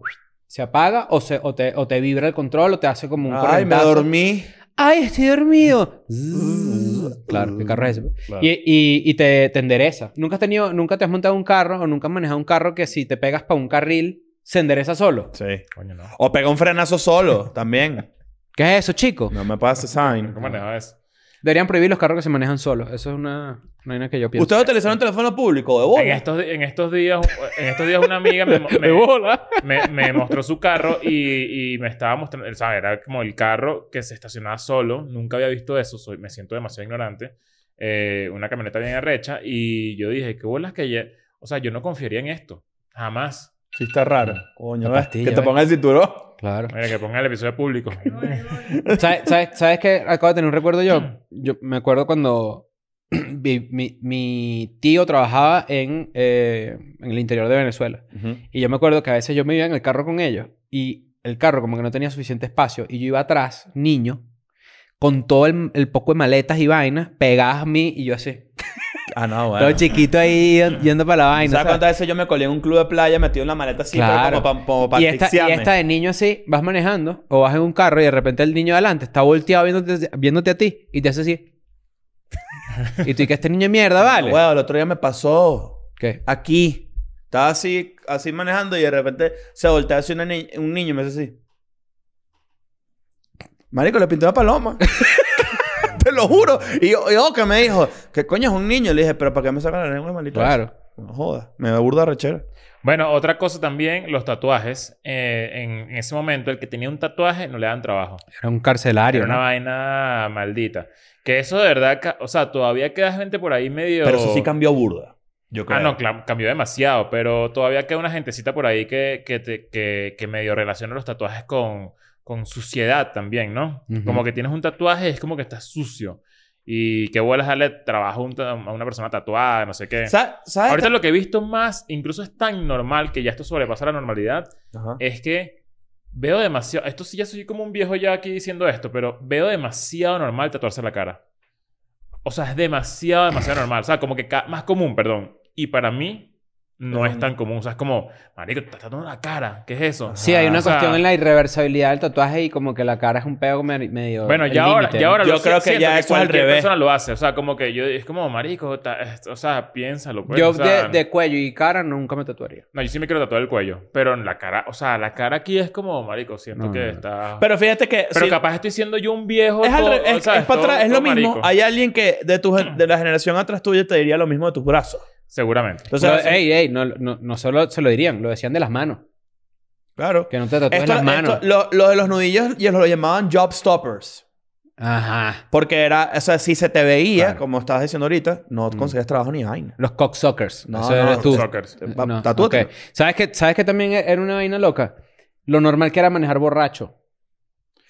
Se apaga o, se, o, te, o te vibra el control o te hace como un
Ay, me
correntazo.
dormí.
¡Ay, estoy dormido! Zzz. claro, ¿qué carro es ese? pues. Y, y- y te, te endereza. ¿Nunca has tenido, nunca te has montado un carro o nunca has manejado un carro que si te pegas para un carril se endereza solo?
Sí.
coño no
O pega un frenazo solo también.
¿Qué es eso, chico?
No me pasa sign.
¿cómo manejaba eso?
Deberían prohibir los carros que se manejan solos. Eso es una una vaina que yo pienso.
¿Ustedes utilizaron teléfono público de
En
bola?
estos, en estos días, en estos días una amiga me, me- me- me mostró su carro y, y me estaba mostrando, o sea, era como el carro que se estacionaba solo, nunca había visto eso, soy, me siento demasiado ignorante, Eh, una camioneta bien arrecha y yo dije, qué bolas que ya, o sea, yo no confiaría en esto, jamás.
Sí, está raro. Coño,
La
¿ves?
pastilla,
que te
¿ves?
ponga el cinturón.
Claro.
Mira, que ponga el episodio público.
¿Sabes, sabes, sabes qué? Acabo de tener un recuerdo yo. Yo me acuerdo cuando mi, mi- mi tío trabajaba en, eh, en el interior de Venezuela. Y yo me acuerdo que a veces yo me iba en el carro con ellos y el carro como que no tenía suficiente espacio y yo iba atrás, niño, con todo el, el poco de maletas y vainas pegadas a mí y yo así.
Ah, no,
Todo chiquito ahí yendo para la vaina.
¿Sabes
¿sabes?
cuántas veces yo me colé en un club de playa metido en la maleta así, pero
Claro.
como para como pa
y, esta, y
asfixiarme?
esta de niño así, vas manejando o vas en un carro y de repente el niño de adelante está volteado viéndote, viéndote a ti y te hace así. y tú, ¿y que este niño de mierda, vale?
Huevo, el otro día me pasó
¿Qué?
aquí. Estaba así, así manejando y de repente se voltea hacia una ni- un niño y me hace así. Marico, le pinté una paloma. Te lo juro. Y yo, y yo que me dijo, ¿qué coño es un niño? Le dije, pero ¿para qué me sacan la lengua, maldito?
Claro.
No jodas. Me da burda rechera.
Bueno, otra cosa también, los tatuajes. Eh, en, en ese momento, el que tenía un tatuaje no le dan trabajo.
Era un carcelario.
Era una
¿no?
vaina maldita. Que eso de verdad, ca- o sea, todavía queda gente por ahí medio...
Pero eso sí cambió pues. burda. Yo creo.
Ah, no, cla- cambió demasiado, pero todavía queda una gentecita por ahí que, que, te- que, que medio relaciona los tatuajes con, con suciedad también, ¿no?
Ujú.
Como que tienes un tatuaje, es como que estás sucio. Y que vuelas a darle trabajo a un ta- a una persona tatuada, no sé qué.
Sa- ¿Sabes?
Ahorita lo que he visto más, incluso es tan normal que ya esto sobrepasa la normalidad,
Ajá.
es que veo demasiado. Esto sí, ya soy como un viejo ya aquí diciendo esto, pero veo demasiado normal tatuarse la cara. O sea, es demasiado, demasiado normal. O sea, como que ca- más común, perdón. Y para mí, no es tan común. O sea, es como, marico, te estás tatuando la cara. ¿Qué es eso?
Sí, hay una
O sea,
cuestión en la irreversibilidad del tatuaje y como que la cara es un pedo me- medio.
Bueno,
el
ya ahora,
límite,
ya
¿no?
ahora
Yo
lo
creo que
siento
ya eso es al
cualquier
revés.
persona lo hace. O sea, como que yo... Es como, marico, ta- es- o sea, piénsalo. pues.
Yo
O sea,
de, de cuello y cara nunca me tatuaría.
No, yo sí me quiero tatuar el cuello. Pero en la cara... O sea, la cara aquí es como, marico, siento
No,
que
no, no.
está...
Pero fíjate que.
Pero
sí-
capaz estoy siendo yo un viejo.
Es, al
todo-
re- es,
¿sabes?
es para
Todo-
atrás, es lo
todo
mismo.
marico.
Hay alguien que de, tu, gen- de la generación atrás tuya te diría lo mismo de tus brazos.
Seguramente.
Entonces,
Pero,
así-
ey, ey, no, no, no solo se lo dirían, lo decían de las manos.
claro.
Que no te tatúes
Esto,
las manos.
esto- lo, lo de los nudillos ellos lo llamaban job stoppers.
Ajá.
Porque era, o sea, si se te veía,
Claro.
como estabas diciendo ahorita, no
Mm.
conseguías trabajo ni vaina.
Los cocksuckers.
No,
No, Eso
no,
eres tú.
Suckers.
Va-
Eh, No,
tatúatelo.
ok. ¿Sabes que ¿Sabes que también e-, era una vaina loca? Lo normal que era manejar borracho.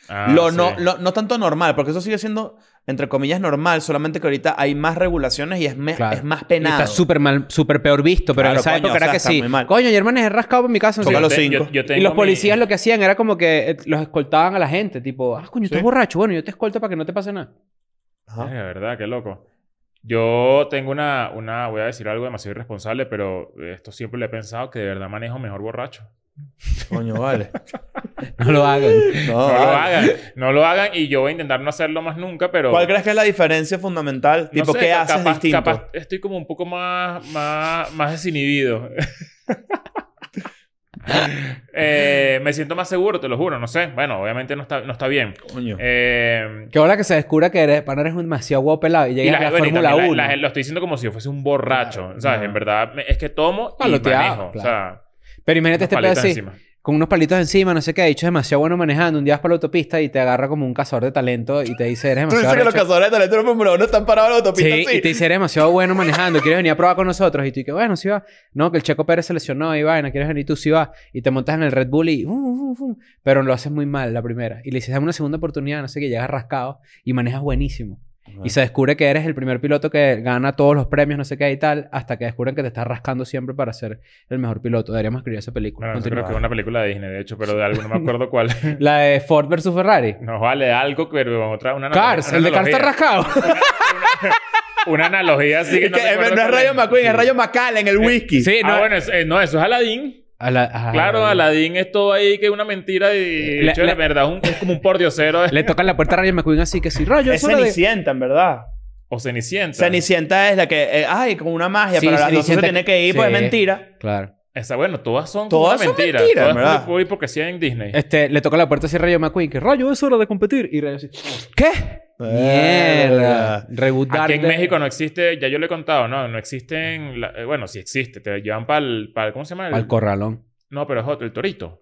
Ah,
lo,
sí.
no, lo- no tanto normal, porque eso sigue siendo, entre comillas, normal, solamente que ahorita hay más regulaciones y es, me-
Claro.
es más
Y
penado.
está súper mal, súper peor visto, pero
Claro,
en esa
coño,
época
o sea,
era que
está
sí.
muy mal.
Coño, yo hermano, he rascado en mi casa. no sé
Toca
qué.
los
te-
cinco.
yo- yo
y
tengo
los
mi-
policías lo que hacían era como que eh, los escoltaban a la gente, tipo, ah, coño, estás
Sí.
borracho, bueno, yo te escolto para que no te pase nada.
Ay,
Ajá.
De verdad, qué loco. Yo tengo una, una... Voy a decir algo demasiado irresponsable, pero esto siempre lo he pensado que de verdad manejo mejor borracho.
Coño, vale.
No lo hagan.
No lo
vale.
hagan. No lo hagan y yo voy a intentar no hacerlo más nunca, pero...
¿Cuál crees que es la diferencia fundamental?
no
Tipo,
sé,
¿qué
ca-
haces
capaz-
distinto?
capaz estoy como un poco más, más, más desinhibido. Eh, me siento más seguro, te lo juro, no sé. Bueno, obviamente no está, no está bien.
Coño.
Eh,
Que ahora que se descubra que eres, pana, eres demasiado guapo pelado y
y la,
llegas a la
bueno, y
Fórmula
también
1.
la- la- lo estoy diciendo como si yo fuese un borracho,
Claro, Ah.
¿sabes?
no.
En verdad, me- es que tomo y
Paloteado,
manejo. O sea,
Pero
unas
imagínate este pedo
paletas
así,
encima.
con unos palitos encima, no sé qué, dicho es demasiado bueno manejando, un día vas para la autopista y te agarra como un cazador de talento y te dice, eres
Tú dices
demasiado
que los
arrecho".
cazadores de talentos número uno están parados en la autopista
Sí,
así.
y te dice, eres demasiado bueno manejando, ¿quieres venir a probar con nosotros? Y tú, y que bueno, sí va. No, que el Checo Pérez se lesionó y vaina, ¿quieres venir tú? Sí va. Y te montas en el Red Bull y... uh, uh, uh, uh. pero lo haces muy mal la primera. Y le dices, dame una segunda oportunidad, no sé qué, llegas rascado y manejas buenísimo. Y se descubre que eres el primer piloto que gana todos los premios, no sé qué y tal, hasta que descubren que te estás rascando siempre para ser el mejor piloto. Deberíamos escribir esa película.
Bueno, eso creo
Continúa.
que es una película de Disney, de hecho, pero de algo no me acuerdo cuál.
La de Ford versus Ferrari.
Nos vale algo, pero otra, una
Cars,
una
el de Cars está
analogía.
rascado.
Una analogía así que
Es
no
que, eh,
recuerdo
no es
cuál
Rayo McQueen, es Rayo McAllen, el whisky.
Sí,
Ah, bueno, es- eh, no, eso es Aladdin.
A la- ajá,
Claro,
vale.
Aladdin es todo ahí que es una mentira y
Le-
hecho de
le-
verdad un- es como un pordiosero de-
Le tocan la puerta a Rayo McQueen así que sí, Rayo,
Es
eso lo de-
Cenicienta, en verdad.
o Cenicienta.
Cenicienta es la que, eh, ay, con una magia,
Sí,
pero las dos se
Cenicienta-
tiene que ir, pues
sí.
es mentira.
Claro.
Esa, bueno, todas son como
Todas
una
son
mentira.
mentiras,
todas
¿verdad?
son de hipocresía en Disney.
Este, le toca la puerta así a Rayo McQueen que Rayo, es hora de competir. Y Rayo así, ¿qué?
Mierda.
Mierda. Reboot
Aquí en
Dark-
México no existe, ya yo le he contado, no, no existen, la- eh, bueno, sí existe, te llevan para el, ¿cómo se llama? El-
Al corralón.
no, pero es otro, el torito.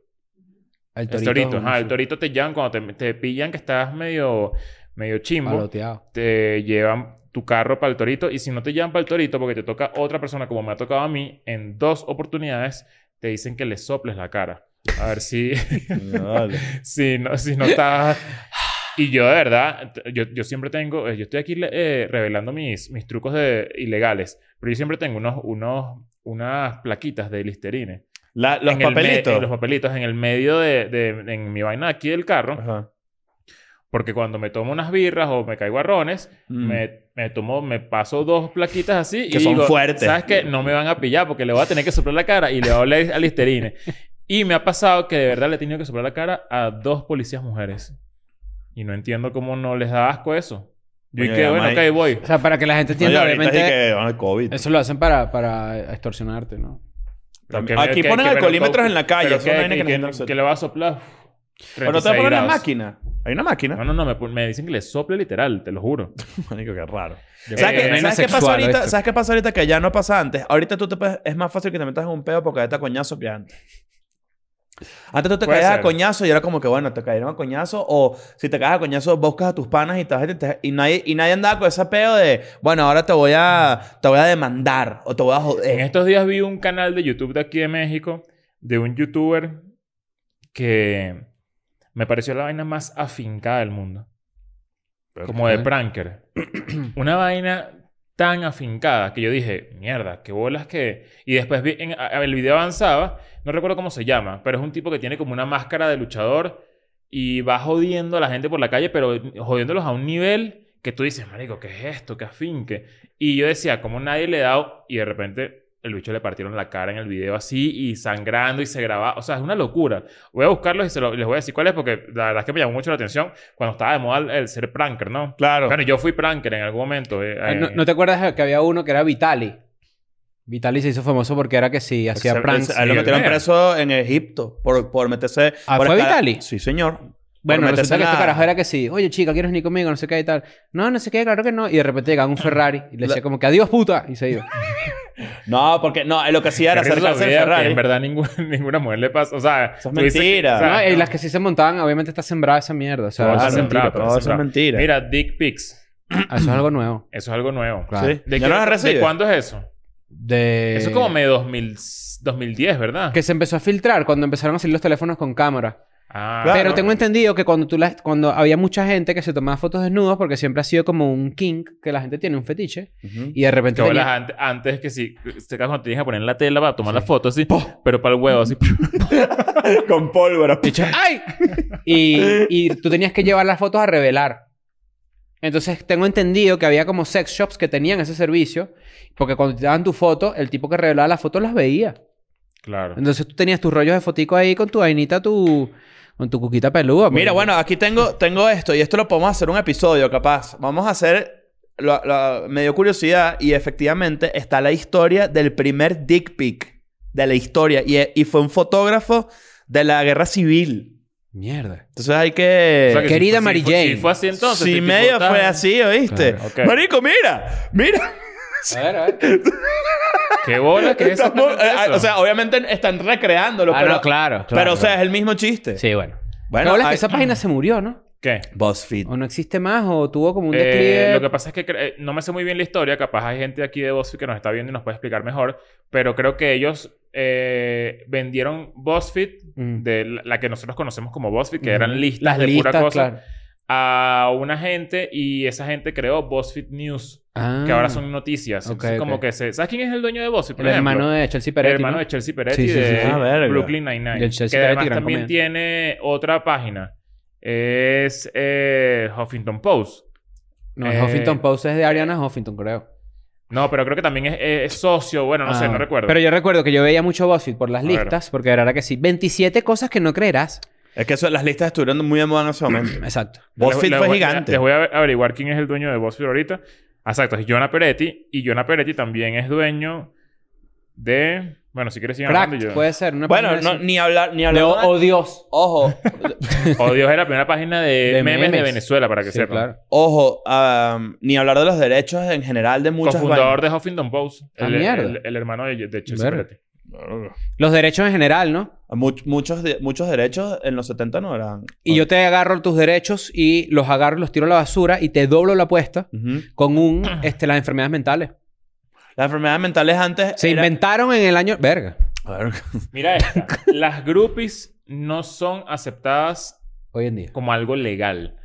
Al
El
torito.
torito,
bueno,
ajá, el
sí,
torito te llevan cuando te, te pillan que estás medio, medio chimbo.
Paloteado.
te llevan tu carro para el torito y si no te llevan para el torito porque te toca otra persona como me ha tocado a mí, en dos oportunidades te dicen que le soples la cara. A ver si, si, no, si no estás... Y yo de verdad, t- yo, yo siempre tengo, eh, yo estoy aquí le- eh, revelando mis, mis trucos de, ilegales, pero yo siempre tengo unos, unos, unas plaquitas de listerine.
La- los
En el me-
papelitos.
en los papelitos, en el medio de, de- en mi vaina aquí del carro.
Ajá.
Porque cuando me tomo unas birras o me caigo arrones,
Mm.
me, me tomo, me paso dos plaquitas así.
Que
y
son
digo,
fuertes.
¿Sabes qué? No me van a pillar porque le voy a tener que soplar la cara y le voy a hablar al listerine. Y me ha pasado que de verdad le he tenido que soplar la cara a dos policías mujeres. Y no entiendo cómo no les da asco eso. Yo y
Coño,
que,
ya,
bueno,
Mike.
ok, voy.
O sea, para que la gente
Oye,
entienda,
ahorita sí
obviamente,
que, bueno, el COVID.
eso lo hacen para, para extorsionarte, ¿no?
Pero que-
Aquí
que-
ponen
que- pero
alcoholímetros
que-
en la calle.
pero
Es una
que-
vaina que
que-
nos
que
entra-
le va a soplar.
Pero no te ponen
36
una
grados.
máquina. Hay una máquina.
No, no, no. Me, pon- me dicen que le sople literal, te lo juro.
Marico, qué raro.
Yo-
¿Sabes,
Eh,
qué,
vaina
¿sabes, qué pasa
sexual,
ahorita,
¿oíste?
¿Sabes qué pasa ahorita que ya no pasa antes? Ahorita tú te puedes- es más fácil que te metas en un pedo por caerte a coñazo que antes. Antes tú te
Puede
caías a
ser.
coñazo y era como que, bueno, te cayeron a coñazo. O si te caes a coñazo, buscas a tus panas y, te- te- y, nadie, y nadie andaba con ese pedo de, bueno, ahora te voy a, te voy a demandar o te voy a
En este
joder.
estos días vi un canal de YouTube de aquí de México de un youtuber que me pareció la vaina más afincada del mundo. Como de
Ok.
pranker. Una vaina tan afincada que yo dije, mierda, qué bolas que... Y después vi, en- a- el video avanzaba, no recuerdo cómo se llama, pero es un tipo que tiene como una máscara de luchador y va jodiendo a la gente por la calle, pero jodiéndolos a un nivel que tú dices, marico, ¿qué es esto? ¿Qué afinque? Y yo decía, como nadie le da... Y de repente el bicho le partieron la cara en el video así y sangrando y se grababa. O sea, es una locura. Voy a buscarlos y se lo- les voy a decir cuál es porque la verdad es que me llamó mucho la atención cuando estaba de moda el, el ser pranker, ¿no?
Claro.
Bueno, yo fui pranker en algún momento. eh,
Ah, ¿No,
eh,
no te acuerdas que había uno que era Vitali? Vitali se hizo famoso porque era que sí, hacía
Se-
pranks.
se- a él lo
y el
metieron
ver.
preso en Egipto por, por meterse.
Ah,
por
¿fue
escala-
Vitali?
Sí, señor.
Bueno,
por
resulta
meterse
que este
la-
carajo era que sí. Oye, chica, ¿quieres venir conmigo? No sé qué y tal. No, no sé qué, claro que no. Y de repente llegaba un Ferrari y le decía
La-
como que adiós, puta. Y se iba.
No, porque no, lo que hacía
qué
era
risa
acercarse al
sabía que
Ferrari.
En verdad, ninguna, ninguna mujer le pasa. O sea,
Eso es
tú dices-
mentira.
o sea,
No, y las que sí se montaban, obviamente está sembrada esa mierda. O sea,
Claro,
Todo eso
eso,
es
se
mentira.
trata,
Todo
se
eso es
trata.
mentira.
Mira, dick pics.
eso es algo nuevo.
Eso es algo nuevo.
Claro.
Sí.
¿De,
¿Ya
qué-
no las
de
recibes?
cuándo es eso?
De...
Eso es como medio 2000, 2010, ¿verdad?
Eh, Que se empezó a filtrar cuando empezaron a salir los teléfonos con cámara.
Ah,
Claro.
Pero tengo entendido que cuando tú las... Cuando había mucha gente que se tomaba fotos desnudos porque siempre ha sido como un kink que la gente tiene, un fetiche.
Ujú.
Y de repente
Que bolas
tenía...
antes, antes que sí, te cuando tenías que poner la tela para tomar la foto así, pero para el huevo así.
Mm.
Con pólvora.
¡Ay! y, y tú tenías que llevar las fotos a revelar. Entonces tengo entendido que había como sex shops que tenían ese servicio. Porque cuando te daban tu foto, el tipo que revelaba las fotos las veía.
Claro.
Entonces tú tenías tus rollos de fotico ahí con tu vainita, tu... Con tu cuquita peluda. pues.
Mira,
porque-
bueno, aquí tengo, tengo esto y esto lo podemos hacer un episodio, capaz. Vamos a hacer. lo- lo- me dio curiosidad y efectivamente está la historia del primer dick pic de la historia y, y fue un fotógrafo de la guerra civil.
Mierda.
Entonces hay que.
O sea que
Querida
si- si
Mary
fue-
Jane.
Si fue así entonces.
si
este tipo
medio
está-
fue así, ¿oíste?
Claro,
ok.
Marico, mira, mira.
A ver, a ver.
¿Qué bola? ¿Qué es
Estamos-
exactamente
eh,
eso?
o sea, obviamente están recreándolo,
Ah,
pero,
no, claro, claro,
pero o sea,
claro.
es el mismo chiste.
Sí, bueno.
Bueno,
Pero hablas que
hay-
esa página se murió, ¿no?
¿Qué?
BuzzFeed.
O no existe más, o tuvo como un
Eh,
declive.
lo que pasa es que cre- eh, no me sé muy bien la historia, capaz hay gente aquí de BuzzFeed que nos está viendo y nos puede explicar mejor, pero creo que ellos eh, vendieron BuzzFeed,
Mm.
de la, la que nosotros conocemos como BuzzFeed, que
Ujú.
eran listas
Las
de
listas,
pura cosa,
claro.
a una gente y esa gente creó BuzzFeed News,
Ah,
que ahora son noticias.
ok,
Entonces,
ok.
como que se... ¿Sabes quién es el dueño de BuzzFeed? por
Ah, El
ejemplo?
hermano de Chelsea Peretti.
el hermano
¿no?
de Chelsea Peretti
Sí, sí,
de
sí. Ah, verga.
Brooklyn
Del
Nine-Nine. Que
Chelsea
además
Peretti, gran
también
comediante.
tiene otra página. Es eh, Huffington Post.
No, es
Eh,
Huffington Post es de Ariana Huffington, creo.
No, pero creo que también es, es socio. Bueno, no sé,
Ah,
no recuerdo.
Pero yo recuerdo que yo veía mucho BuzzFeed por las
A ver.
listas, porque era que sí. 27 cosas que no creerás.
Es que eso, las listas estuvieron muy de moda en ese momento.
Exacto.
Les-
BuzzFeed
les
fue
voy-
gigante.
Les voy a averiguar quién es el dueño de BuzzFeed ahorita. Ah, Exacto, es Jonah Peretti. Y Jonah Peretti también es dueño de... Bueno, si quieres sigan hablando
Crack, pues.
yo.
puede ser. Una
bueno,
página
no,
de
ni hablar, ni
esas. De
hablar.
o, o Dios.
Ojo,
O Oh, Dios es la primera página de,
De
memes, de
memes.
Venezuela, para que
Sí,
sepan.
claro.
ojo, am, ni hablar de los derechos en general de muchas
Cofundador de Huffington Post.
Ah,
El,
mierda.
el- el hermano de, de Chelsea
Verga.
Peretti.
vainas.
Los derechos en general, ¿no?
Much- muchos, de- muchos derechos en los 70 no eran.
Y yo te agarro tus derechos y los agarro, los tiro a la basura y te doblo la apuesta
Ujú.
con un, este, las enfermedades mentales.
Las enfermedades mentales antes.
Se
era-
inventaron en el año... Verga.
Verga.
Mira esta. Las groupies no son aceptadas
Hoy en día.
como algo legal.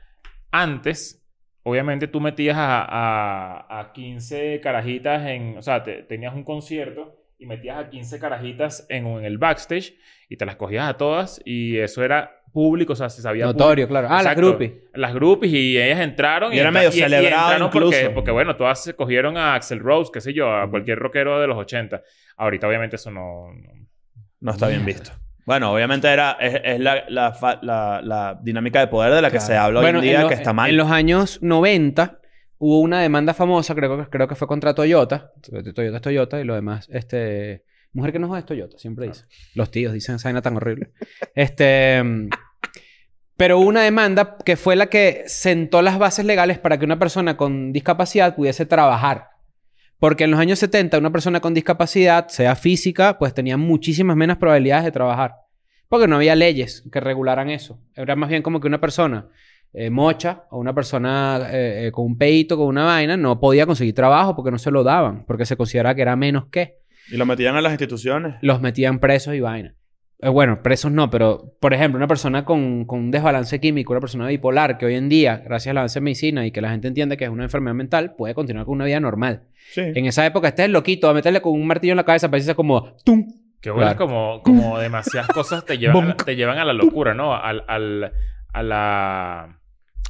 Antes, obviamente tú metías a, a- a 15 carajitas en... O sea, te- tenías un concierto y metías a 15 carajitas en, un- en el backstage y te las cogías a todas y eso era público, o sea, se sabía público.
Notorio, claro. Ah, las
Exacto.
groupies.
Las groupies y ellas entraron.
Y era
entra-
medio celebrado
entraron Porque,
incluso.
porque, bueno, todas se cogieron a Axel Rose, qué sé yo, a cualquier rockero de los 80. Ahorita, obviamente, eso no... no-
No está bien
Mierda.
visto. Bueno, obviamente era, es, es la, la fa- la- la dinámica de poder de la que
Claro.
se habla
Bueno,
hoy en día,
lo-
que está mal.
En los años 90 hubo una demanda famosa, creo, que- creo que fue contra Toyota. Toyota es Toyota y lo demás, este... Mujer que no jode es Toyota, siempre dice. Los tíos dicen esa vaina tan horrible. Este... mm, Pero hubo una demanda que fue la que sentó las bases legales para que una persona con discapacidad pudiese trabajar. Porque en los años 70 una persona con discapacidad, sea física, pues tenía muchísimas menos probabilidades de trabajar. Porque no había leyes que regularan eso. Era más bien como que una persona eh, mocha o una persona eh, eh, con un peito, con una vaina, no podía conseguir trabajo porque no se lo daban, porque se consideraba que era menos que.
Y lo metían en las instituciones.
Los metían presos y vaina. Eh, bueno, presos no, pero por ejemplo, una persona con, con un desbalance químico, una persona bipolar, que hoy en día, gracias al avance en medicina y que la gente entiende que es una enfermedad mental, puede continuar con una vida normal.
Sí.
En esa época, este es loquito, a meterle con un martillo en la cabeza, parece como ¡tum!
Que bueno,
Claro.
como, como demasiadas cosas te llevan, a la, te llevan a la locura, ¿no? Al, al- a, la,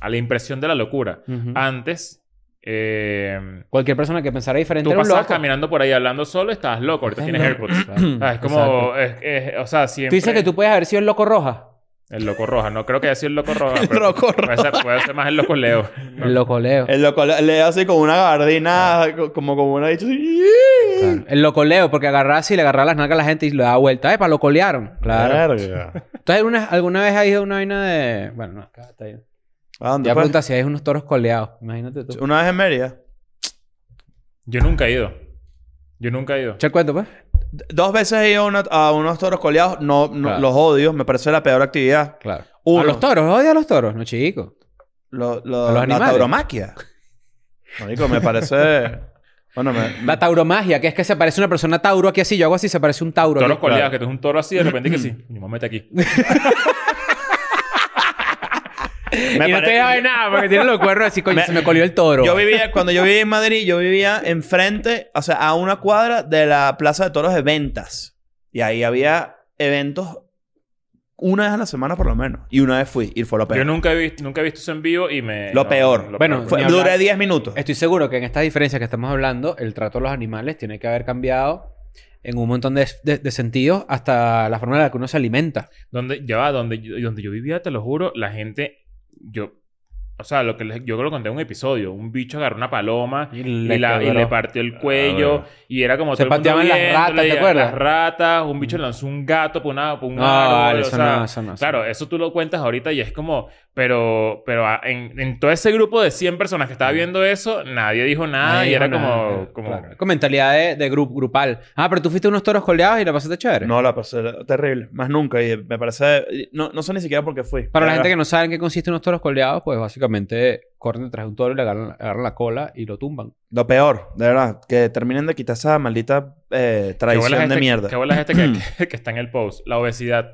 a la impresión de la locura.
Ujú.
Antes... eh,
"Ah, Cualquier persona que pensara diferente
Tú
era un
pasabas
loco.
caminando por ahí hablando solo, estabas loco. Ahorita
Estás
tienes
loco.
AirPods.
Claro.
Ah, es como...
Exacto.
es- es- o sea, siempre...
Tú dices que tú puedes haber sido el loco roja.
El loco roja. No creo que haya sido el loco roja.
El
pero
loco
Puede ser, puede ser más el loco leo.
El locoleo.
El loco le, le hace como una gabardina, co- como como una dicho así.
Claro. El locoleo, porque agarraba así, le agarraba las nalgas a la gente y le daba vuelta. ¡Epa, lo colearon!
Ah.
Claro.
Verga.
¿Tú alguna, alguna vez has ido a una vaina de...? Bueno, no, acá está bien.
¿A dónde,
Ya
pues?
pregunta si hay unos toros coleados. Imagínate tú.
Una vez en Mérida.
Yo nunca he ido. Yo nunca he ido.
Echa el cuento, pues.
Dos veces he ido a, una- a unos toros coleados. No, no-
Claro.
los odio. Me parece la peor actividad.
Claro.
Uno.
¿A los toros? ¿Odia a los toros? No, chico.
Lo- lo-
¿A los
la
animales?
tauromaquia. Marico, me parece... Bueno, me... me-
La tauromagia, que es que se parece una persona tauro aquí así. Yo hago así, se parece un tauro.
Toros
aquí.
coleados, que tú es un toro así de repente que sí. Mi mamá mete aquí.
me
y no
pare-
te de nada, porque tiene los cuernos así, coño,
Me-
se me colió el toro.
Yo vivía, cuando yo vivía en Madrid, yo vivía enfrente, o sea, a una cuadra de la Plaza de Toros de Ventas. Y ahí había eventos una vez a la semana por lo menos. Y una vez fui, y fue lo
Yo
peor.
nunca he, visto, nunca he visto eso en vivo y me...
Lo peor.
Bueno,
Fue-
Ni hablar.
duré 10 minutos.
Estoy seguro que en estas diferencias que estamos hablando, el trato a los animales tiene que haber cambiado en un montón de, de- de sentidos hasta la forma en la que uno se alimenta.
Donde, ya va, donde, yo- donde yo vivía, te lo juro, la gente... Yo... O sea, lo que les- yo lo conté en un episodio. Un bicho agarró una paloma...
Y Ah,
Y, la- y le partió el cuello. y era como
Se
todo el mundo
pateaban las
viéndole,
ratas, ¿te
y a-
acuerdas? Mm.
Las ratas. Un bicho lanzó un gato por, una, por un
No,
árbol.
vale,
o
eso
sea,
no, eso no. eso
Claro,
no.
eso tú lo cuentas ahorita y es como... Pero, pero a- en, en todo ese grupo de 100 personas que estaba viendo eso, nadie dijo nada
Mm. Nadie
y era
dijo nada,
como... como
claro. Con mentalidad de, de grup- grupal. Ah, pero tú fuiste a unos toros coleados y la pasaste chévere.
No, la pasé terrible. Más nunca. Y me parece... No, no sé ni siquiera por qué fui.
Para la gente que no sabe en qué consiste unos toros coleados, pues básicamente corren detrás de un toro y le agarran, agarran la cola y lo tumban.
Lo peor, de verdad. Que terminen de quitar esa maldita eh,
¿Qué bolas
tradición de
este-
mierda.
¿Qué bolas este que, que- que está en el post? La obesidad.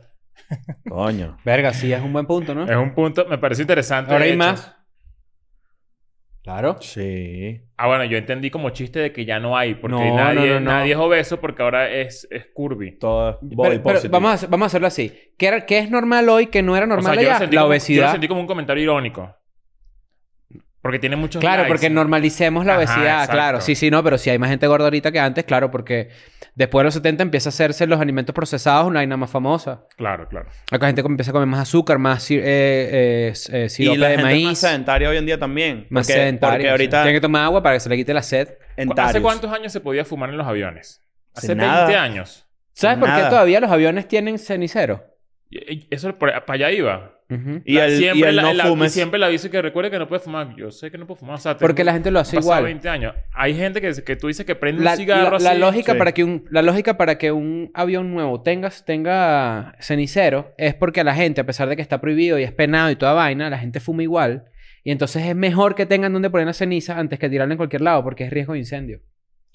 Coño.
Verga, sí, es un buen punto, ¿no?
Es un punto... Me parece interesante.
Ahora
de
hay
hecho.
más. Claro.
Sí.
Ah, bueno. Yo entendí como chiste de que ya no hay. Porque
No,
nadie,
no, no, no.
nadie es obeso porque ahora es, es curvy.
Todo es
Pero-
body
pero
positive.
vamos, a, hacer- vamos a hacerlo así. ¿Qué, era- qué es normal hoy que no era
O sea,
normal
yo lo
allá?
sentí
La
como- Yo lo
obesidad.
sentí como un comentario irónico. Porque tiene muchos
Claro,
likes.
porque normalicemos la
Ajá,
obesidad.
exacto.
claro, sí, sí, no, pero si hay más gente gorda ahorita que antes, claro, porque después de los 70 empieza a hacerse los alimentos procesados una vaina más famosa.
Claro, claro.
Acá la gente empieza a comer más azúcar, más sir- eh, eh, s- eh, sirope
y la
de
gente es
maíz.
más sedentaria hoy en día también.
más
porque,
sedentaria,
Porque
sí.
ahorita...
Tiene que tomar agua para que se le quite la sed.
en
¿Hace
tarios.
cuántos años se podía fumar en los aviones?
Hace
Hace 20
nada.
años.
¿Sabes por qué
Nada.
todavía los aviones tienen cenicero?
Y- y Eso para allá iba.
Ujú.
Y el, y
siempre
el
la-
no
la-
fumes.
siempre la dice que recuerde que no puede fumar. Yo sé que no puedo fumar. O sea, te-
Porque la gente lo
han
hace
pasado
igual.
20 años. Hay gente que, que tú dices que prende
la,
un cigarro
la-
así. ¿eh?
la lógica
Sí.
para que un la lógica para que un avión nuevo tenga, tenga cenicero es porque la gente a pesar de que está prohibido y es penado y toda vaina la gente fuma igual y entonces es mejor que tengan donde poner la ceniza antes que tirarla en cualquier lado porque es riesgo de incendio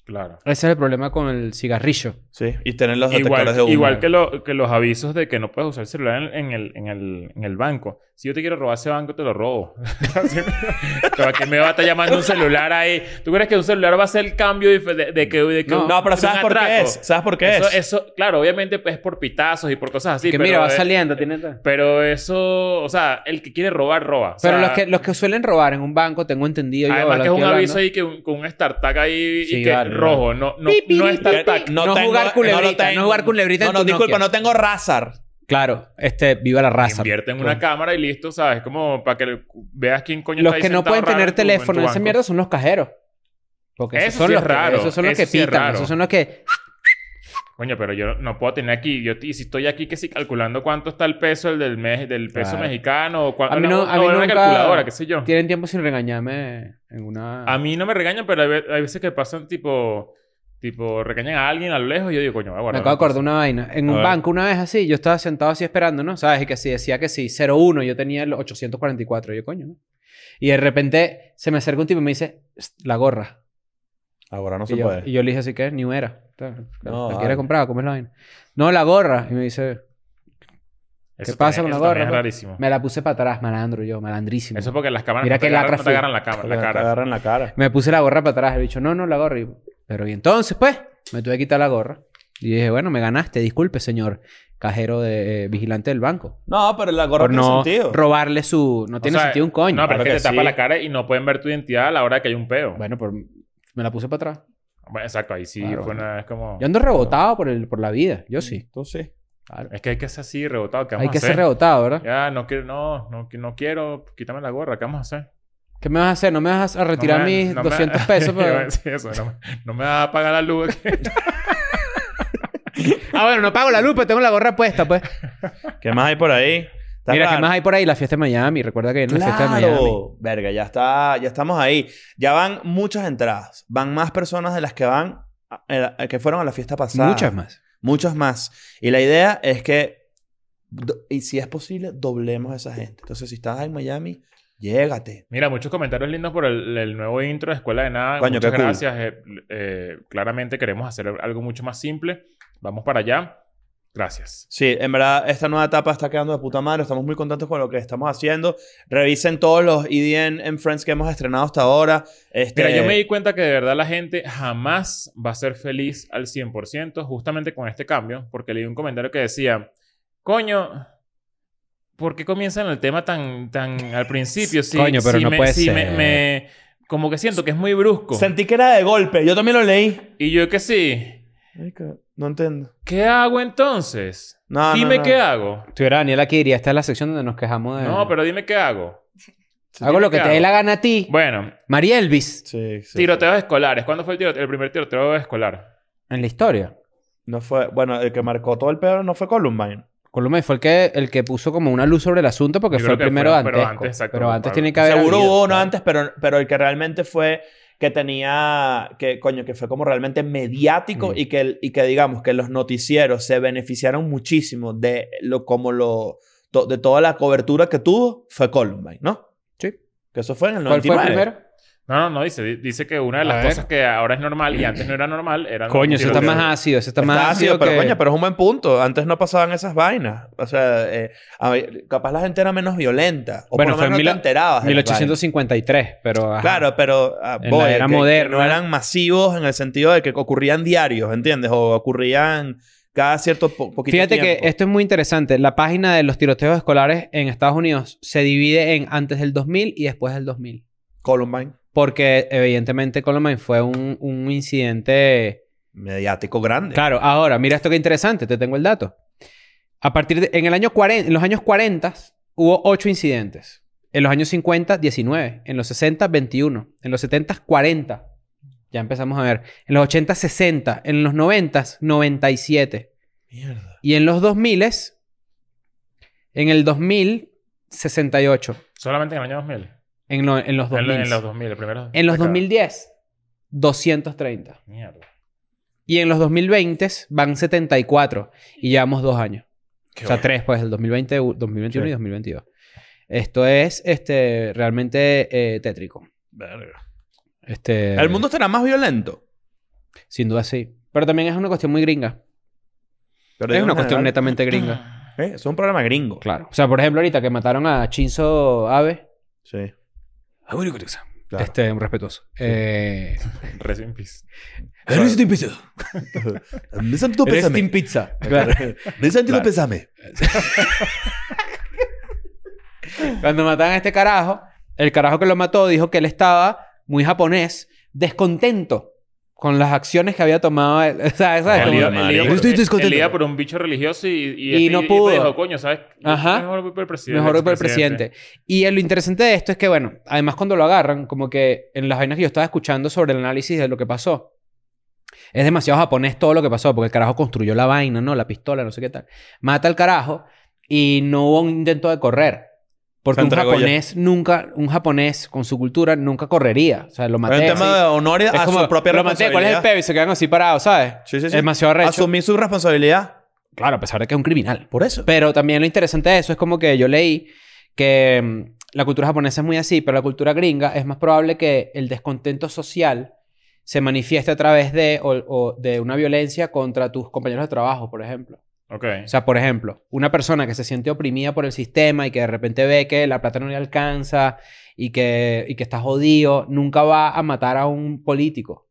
Claro.
Ese es el problema con el cigarrillo.
Sí. Y tener los detectores
Igual,
de humo.
igual que, lo- que los avisos de que no puedes usar el celular en, en el, en, el, en el banco. Si yo te quiero robar ese banco, te lo robo. Así me- ¿Para qué me va a estar llamando un celular ahí? ¿Tú crees que un celular va a ser el cambio de, de- de que... de que
No.
un-
No, pero
de
¿sabes
un
por qué
atraco?
es? ¿Sabes por qué
Eso,
es?
eso, claro, obviamente pues, es por pitazos y por cosas así.
que
pero,
mira, va
eh,
saliendo, tiene... Pero
Pero eso, o sea, el que quiere robar, roba. O sea,
los, que, los que suelen robar en un banco, tengo entendido yo.
Además
lo
que es un
estoy
aviso
hablando.
ahí que un- con un StarTac ahí
Sí,
y que
vale,
rojo. No, no,
Pi, pi,
no
pi,
es StarTac.
No jugar
lo
culebrita, no jugar culebrita en
No, no,
tu
disculpa,
Nokia.
no tengo Razar.
Claro, este, viva la raza.
Invierte en una cámara y listo, ¿sabes? Como para que le- veas quién coño
Los
está ahí
que no
sentado
pueden
raro
tener
en tu- en
teléfono
tu
esa
banco.
mierda son los cajeros. Porque esos
Eso
son
sí
los
es
que-
raro,
esos son los
eso
que
sí es
pitan.
raro.
Esos son los que.
Coño, pero yo no puedo tener aquí. Yo, y si estoy aquí, que si calculando cuánto está el peso el del, mes, del peso
Claro.
mexicano o cuánto.
A mí no- a mí
una
nunca-
calculadora, qué sé yo.
Tienen tiempo sin regañarme en una.
Ah,
A mí no me regañan, pero hay, ve- hay veces que pasan tipo... Tipo, regañan a alguien a lo lejos y yo digo, coño, voy a
Me
guardar
acabo de
una cosa.
acordar una vaina. En
A
un
ver.
banco una vez así, yo estaba sentado así esperando, ¿no? ¿Sabes? Y que sí, decía que sí, 01, yo tenía el 844, yo coño, ¿no? Y de repente se me acerca un tipo y me dice, "Psst, la gorra.
Ahora no
y, yo, y yo le dije así que, ni era. Claro,
No,
¿La
vale.
quieres comprar? ¿Cómo es la vaina? No, la gorra. Y me dice,
Eso
¿Qué pasa
también-
con la
eso también
gorra,
Es
pues?
rarísimo.
me la puse para atrás, malandro yo, malandrísimo.
Eso es porque las cámaras
Mira
no, te
qué lacra
agarran, no te
fui.
agarran la, cámara, la
Te
cara.
agarran la cara.
Me puse la gorra para atrás. El bicho, no, no, la gorra. Y yo, pero y entonces, pues, me tuve que quitar la gorra. Y dije, bueno, me ganaste, disculpe, señor cajero de eh, vigilante del banco.
No, pero la gorra
por
tiene
no
sentido.
robarle su... No
O
tiene
sea,
sentido un coño.
No, pero
Claro
es que,
que
te tapa
sí.
la cara y no pueden ver tu identidad a la hora que hay un peo.
Bueno, por- me la puse para atrás.
Bueno, exacto, ahí sí
Claro,
fue
bueno.
una vez como.
Yo ando rebotado por, el, por la vida. Yo sí.
Tú sí.
Es que hay que ser así, rebotado. ¿qué vamos
Hay que
a hacer?
ser rebotado, ¿verdad?
Ya, no quiero, no, no, qui- no quiero, quítame la gorra, ¿qué vamos a hacer?
¿Qué me vas a hacer? ¿No me vas a
No
retirar
me-
mis
no me-
200 pesos? pues.
Iba a
pero-
decir eso, no, me- no me va a pagar la luz.
Ah, bueno, no pago la luz, pero tengo la gorra puesta, pues.
¿Qué más hay por ahí? Está
Mira, ¿qué
raro.
más hay por ahí? La fiesta de Miami. Recuerda que viene la fiesta de Miami.
Claro. Verga, ya está, ya estamos ahí. Ya van muchas entradas. Van más personas de las que van a- eh, a- a- que fueron a la fiesta pasada.
Muchas más.
Muchas más. Y la idea es que do- y si es posible, doblemos a esa gente. Entonces, si estás en Miami, llégate.
Mira, muchos comentarios lindos por el, el nuevo intro de Escuela de Nada.
Coño,
Muchas
qué cool.
gracias. eh, eh, claramente queremos hacer algo mucho más simple. Vamos para allá. Gracias.
Sí, en verdad, esta nueva etapa está quedando de puta madre. Estamos muy contentos con lo que estamos haciendo. Revisen todos los EDN en Friends que hemos estrenado hasta ahora. Este,
Mira, yo me di cuenta que de verdad la gente jamás va a ser feliz al 100% justamente con este cambio, porque leí un comentario que decía, coño, ¿por qué comienzan el tema tan, tan al principio? Si,
Coño, pero
si
no
me,
puede
si me-
ser.
me- como que siento que es muy brusco.
Sentí que era de golpe. Yo también lo leí.
y yo que sí,
Ay, que- No entiendo.
¿qué hago entonces?
No, no,
dime
no.
qué hago.
Tuviera Daniel aquí diría, esta es la sección donde nos quejamos de...
No, pero dime qué hago.
Hago lo que
¿qué
te
hago?
dé la gana a ti.
Bueno,
María Elvis.
Sí, sí.
tiroteos escolares. ¿Cuándo fue el, tiroteo, el primer tiroteo escolar?
En la historia.
No fue, bueno, el que marcó todo el peor no fue Columbine.
Columbine fue el que, el que puso como una luz sobre el asunto porque
Yo
fue
creo
el
que
primero
fue-
antes.
pero
Pero
antes,
antes,
exacto.
tiene que haber
Seguro
habido.
hubo uno antes, pero, pero el que realmente fue que tenía, que coño, que fue como realmente mediático
Mm.
y, que, el- y que digamos que los noticieros se beneficiaron muchísimo de lo como lo to- de toda la cobertura que tuvo fue Columbine, ¿no?
Sí.
Que eso fue en el
¿Cuál
99.
fue el primero?
No, no, no, dice, dice que una de
A
las
ver.
cosas que ahora es normal y antes no era normal era...
Coño, eso
un
está
tiroteo.
más ácido, eso está,
Está
más ácido,
ácido, pero
que...
coño, pero es un buen punto. Antes no pasaban esas vainas. O sea, eh, a ver, capaz la gente era menos violenta. O
Bueno,
por
fue
lo menos
en
no
mil-
te enterabas. de las vainas.
1853, pero... ajá.
Claro, pero ah,
En la era
que- que
moderna.
no eran masivos en el sentido de que ocurrían diarios, ¿entiendes? O ocurrían cada cierto po- poquito
Fíjate
tiempo.
que esto es muy interesante. La página de los tiroteos escolares en Estados Unidos se divide en antes del 2000 y después del 2000.
Columbine,
Porque evidentemente Columbine fue un, un incidente...
mediático
Este.
grande.
Claro, ahora, mira esto que interesante, te tengo el dato. A partir de, en el año 40, en los años 40 hubo 8 incidentes. En los años 50, 19. En los 60, 21. En los 70, 40. Ya empezamos a ver. En los 80, 60. En los 90, 97.
Mierda.
Y en los 2000, en el 2000, 68.
Solamente en el año 2000.
En, lo- en los
En,
2000.
lo- en los 2000, el primero.
En los
década.
2010, 230.
Mierda.
Y en los 2020 van 74 y llevamos dos años.
Qué
o sea,
bueno.
tres, pues, el 2020, u- 2021
Sí.
y 2022. Esto es este, realmente eh, tétrico.
Verga.
Este,
El mundo estará más violento.
Sin duda sí. Pero también es una cuestión muy gringa.
Pero
Es
digo ah,
una
en
cuestión
general,
netamente gringa.
¿eh? Es un programa gringo.
Claro. O sea, por ejemplo, ahorita que mataron a Chinzo Abe.
Sí. Ah, Claro.
Este, un respetuoso. Eh,
Rest in peace.
Rest in peace.
Me santo
Rest in pizza. Claro.
Me santo
Claro.
pésame.
Cuando mataron a este carajo, el carajo que lo mató dijo que él estaba muy japonés, descontento con las acciones que había tomado él. O sea, ¿sabes?
El
Como-
lío-
Marico.
el lío
Yo
por-
estoy
el-
descontento.
el lío por un bicho religioso y...
Y no pudo.
dijo, coño, ¿sabes? Yo
Ajá.
Mejor voy por el presidente.
Mejor voy por el presidente. Y eh, lo interesante de esto es que, bueno, además cuando lo agarran, como que en las vainas que yo estaba escuchando sobre el análisis de lo que pasó, es demasiado japonés todo lo que pasó, porque el carajo construyó la vaina, ¿no? La pistola, no sé qué tal. Mata al carajo y no hubo un intento de correr. Porque
Se
un
entregó ya.
japonés nunca, un japonés con su cultura nunca correría. O sea,
Pero
lo maté.
un tema
así.
de honor
Es
a
como,
su propia
lo maté, ¿cuál es el
responsabilidad.
peo? Y se quedan así parados, ¿sabes?
Sí, sí,
Es
sí.
demasiado arrecho.
Asumir su responsabilidad.
Claro, a pesar de que es un criminal.
Por eso.
Pero también lo interesante de eso es como que yo leí que mm, la cultura japonesa es muy así, pero la cultura gringa es más probable que el descontento social se manifieste a través de, o, o de una violencia contra tus compañeros de trabajo, por ejemplo.
Ok.
O sea, por ejemplo, una persona que se siente oprimida por el sistema y que de repente ve que la plata no le alcanza y que, y que está jodido, nunca va a matar a un político.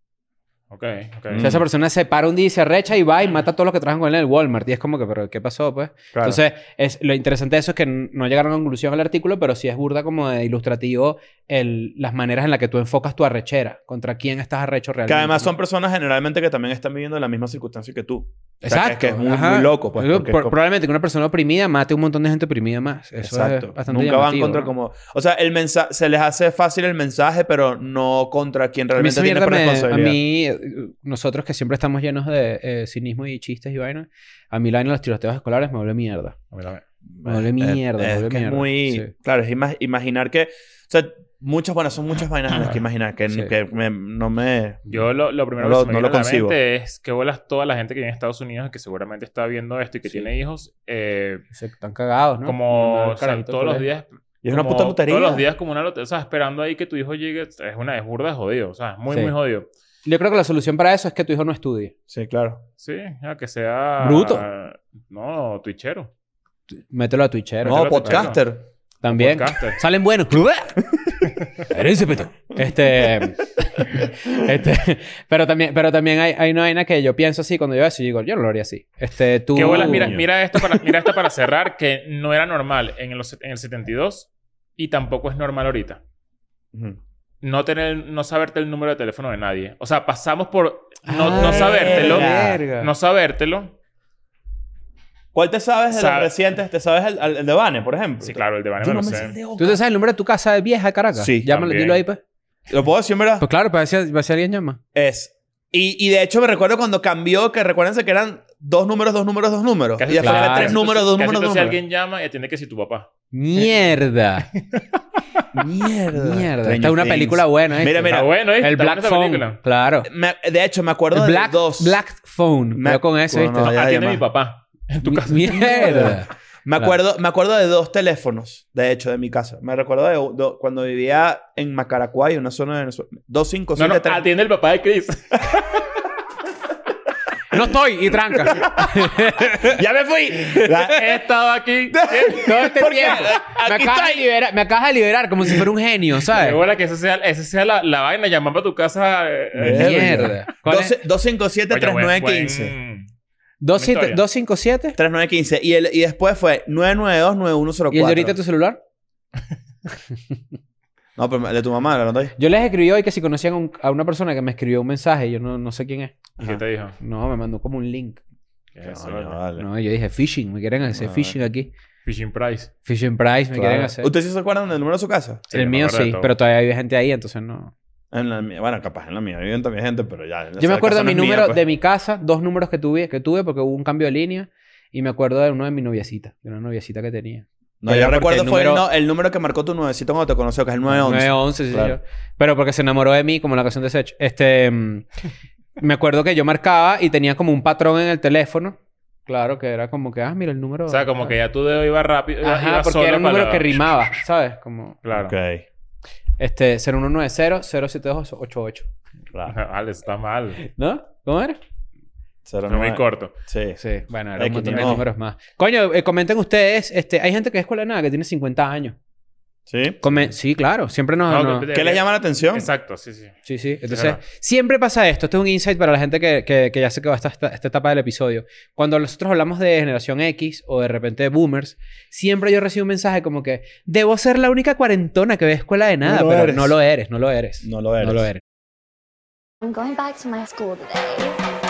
Ok. ok.
O sea, esa persona se para un día y se arrecha y va y mata a todos los que trabajan con él en el Walmart. Y es como que, pero ¿qué pasó, pues? Entonces, es, lo interesante de eso es que n- no llegaron a conclusión al artículo, pero sí es burda como de ilustrativo el, las maneras en las que tú enfocas tu arrechera, contra quién estás arrecho
que
realmente.
además
¿no?
son personas generalmente que también están viviendo la misma circunstancia que tú. O sea, que-
Exacto.
que es muy- muy
ajá.
loco, pues,
Digo,
porque es
por-
como-
Probablemente que una persona oprimida mate a un montón de gente oprimida más. Eso es
Nunca
bastante
van
llamativo,
contra
¿no?
como... O sea, el mensa- se les hace fácil el mensaje, pero no contra quien
A mí,
realmente
esa
tiene
mierda me- a
responsabilidad.
mí, eh, nosotros que siempre estamos llenos de eh, cinismo y chistes y vaina, a mí la vaina de los tiroteos escolares me vuelve mierda.
A ver, a ver.
Me duele mierda, me
Eh, Es,
duele
que es
mierda,
muy...
sí.
Claro, es ima- imaginar que... O sea, muchas... Bueno, son muchas vainas en las que imaginar que,
Ah, Sí.
que me- no me...
Yo lo, lo primero
No
que
lo-
se me
no
viene
lo
a la
concibo.
mente es que bolas toda la gente que vive en Estados Unidos y que seguramente está viendo esto y que
Sí.
tiene hijos. eh,
Se- Están cagados, ¿no?
Como
Mandan al
o sea,
carajito al
todos los
colegio.
días.
Y es una
como
puta lotería.
Todos los días como una lotería. O sea, esperando ahí que tu hijo llegue. Es una es burda de jodido. O sea, es muy,
Sí.
muy jodido.
Yo creo que la solución para eso es que tu hijo no estudie.
Sí, claro.
Sí, ya que sea...
Bruto.
No, twitchero.
Mételo a ¿eh? Twitchero.
Pero
No,
te lo-
podcaster.
También.
Podcaster.
Salen buenos. Herencia, peto. Este, este, pero también, pero también hay, hay una vaina que yo pienso así cuando yo veo eso y digo, yo no lo haría así. Este, tú.
Uh.
Qué bolas, mira,
Coño.
mira, esto para, mira esta para cerrar, que no era normal en, los, en el 72 y tampoco es normal ahorita.
Ujú.
No, tener, no saberte el número de teléfono de nadie. O sea, pasamos por no,
Ah,
no sabértelo.
verga.
No sabértelo.
¿Cuál te sabes de
Sabe-
los recientes? ¿Te sabes el, el- el de Vane, por ejemplo?
Sí, claro, el de Vanessa.
Yo no
no
me
sé.
sé el de Oca.
¿Tú te sabes el nombre de tu casa de vieja de Caracas?
Sí,
Llámalo,
también.
dilo ahí, pues.
¿Lo puedo decir, verdad?
Pues claro, para ver si, para si alguien llama.
Es. Y, y de hecho me recuerdo cuando cambió, que recuérdense que eran dos números, dos números, dos números.
Casi-
y después
claro.
fue tres
casi
números, dos
casi
números, dos
entonces
números.
alguien llama y atiende que si tu papá.
Mierda.
Mierda.
Mierda.
Stranger
Esta es una
Things.
película buena, ¿eh?
Ah, Mira, mira.
Está bueno, ¿eh?
El
Está
Black
buena esa película.
Phone. Claro.
Me- de hecho, me acuerdo
El Black,
de dos.
Black Phone.
Me-
Cuidado con eso,
Bueno,
¿viste?
no, ya-
Atiende mi
además.
papá. En tu
Mi-
casa.
Mierda.
me, acuerdo, me acuerdo de dos teléfonos, de hecho, de mi casa. Me recuerdo de, de- cuando vivía en Macaracuay, una zona de Venezuela. Dos, cinco,
No,
siete,
no,
tres.
atiende el papá de Chris.
No estoy y tranca.
¡Ya me fui! La-
He estado aquí.
Todo este
Porque
tiempo. Me
aquí
acabas, de liberar, me acabas de liberar como si fuera un genio,
Qué
¿sabes?
bola que esa sea, esa sea la, la vaina. Llamar para tu casa. eh, eh,
Mierda. ¿Cuál es?
12 257
Oye, buen-
3915.
buen-
Dos siete-
historia.
257.
3915. Y, el, y después fue
¿Y el de
992-9104.
ahorita tu celular?
No, pero de tu mamá, la nota ahí.
Yo les escribí hoy que si conocían un- a una persona que me escribió un mensaje, yo no, no sé quién es.
¿Y qué
Ajá.
te dijo?
No, me mandó como un link.
¿Qué es eso,
Coño,
vale? Ah,
vale.
No, yo dije phishing, me quieren hacer
Vale.
phishing aquí.
Fishing Price.
Phishing price, me
Claro.
quieren hacer.
¿Ustedes sí se acuerdan del número de su casa?
Sí,
el
me
mío
acuerdo de
sí,
todo.
pero todavía hay gente ahí, entonces no.
En la mía. Bueno, capaz en la mía. Viven también gente, pero ya.
Yo me acuerdo de mi número
pues.
pues.
de mi casa, dos números que tuve, que tuve porque hubo un cambio de línea. Y me acuerdo de uno de mi noviecita, de una noviecita que tenía.
No,
Era
yo
porque
recuerdo
el
fue el
número-
no- el número que marcó tu nuevecito cuando te conoció, que es el 911.
911, sí,
Claro.
señor. Pero porque se enamoró de mí, como la canción de Sech. Este, mm, me acuerdo que yo marcaba y tenía como un patrón en el teléfono. Claro, que era como que, ah, mira el número.
O sea, como que ya tú de iba rápido. iba-
Ajá,
iba
porque
solo
era un
para
número
la-
que rimaba, ¿sabes? Como,
Claro.
Ok.
este, 0190-07288.
Claro.
Vale, está mal.
¿No? ¿Cómo era?
Será
Fue muy
una-
corto.
Sí.
Sí, bueno, era
Ay,
un
que
montón
ni
de
modo.
números más. Coño, eh, comenten ustedes. Este, hay gente que es escuela de nada que tiene 50 años.
¿Sí?
Come- sí, claro. Siempre nos...
No,
nos-
que-
¿Qué les llama la atención?
Exacto, sí, sí.
Sí, sí. Entonces,
verdad.
siempre pasa esto. Este es un insight para la gente que, que- que ya se quedó hasta esta, esta etapa del episodio. Cuando nosotros hablamos de generación X o de repente de boomers, siempre yo recibo un mensaje como que debo ser la única cuarentona que ve escuela de nada,
No lo
pero
eres.
no lo eres, no lo eres.
No lo eres.
No lo eres.
I'm going back to my school today.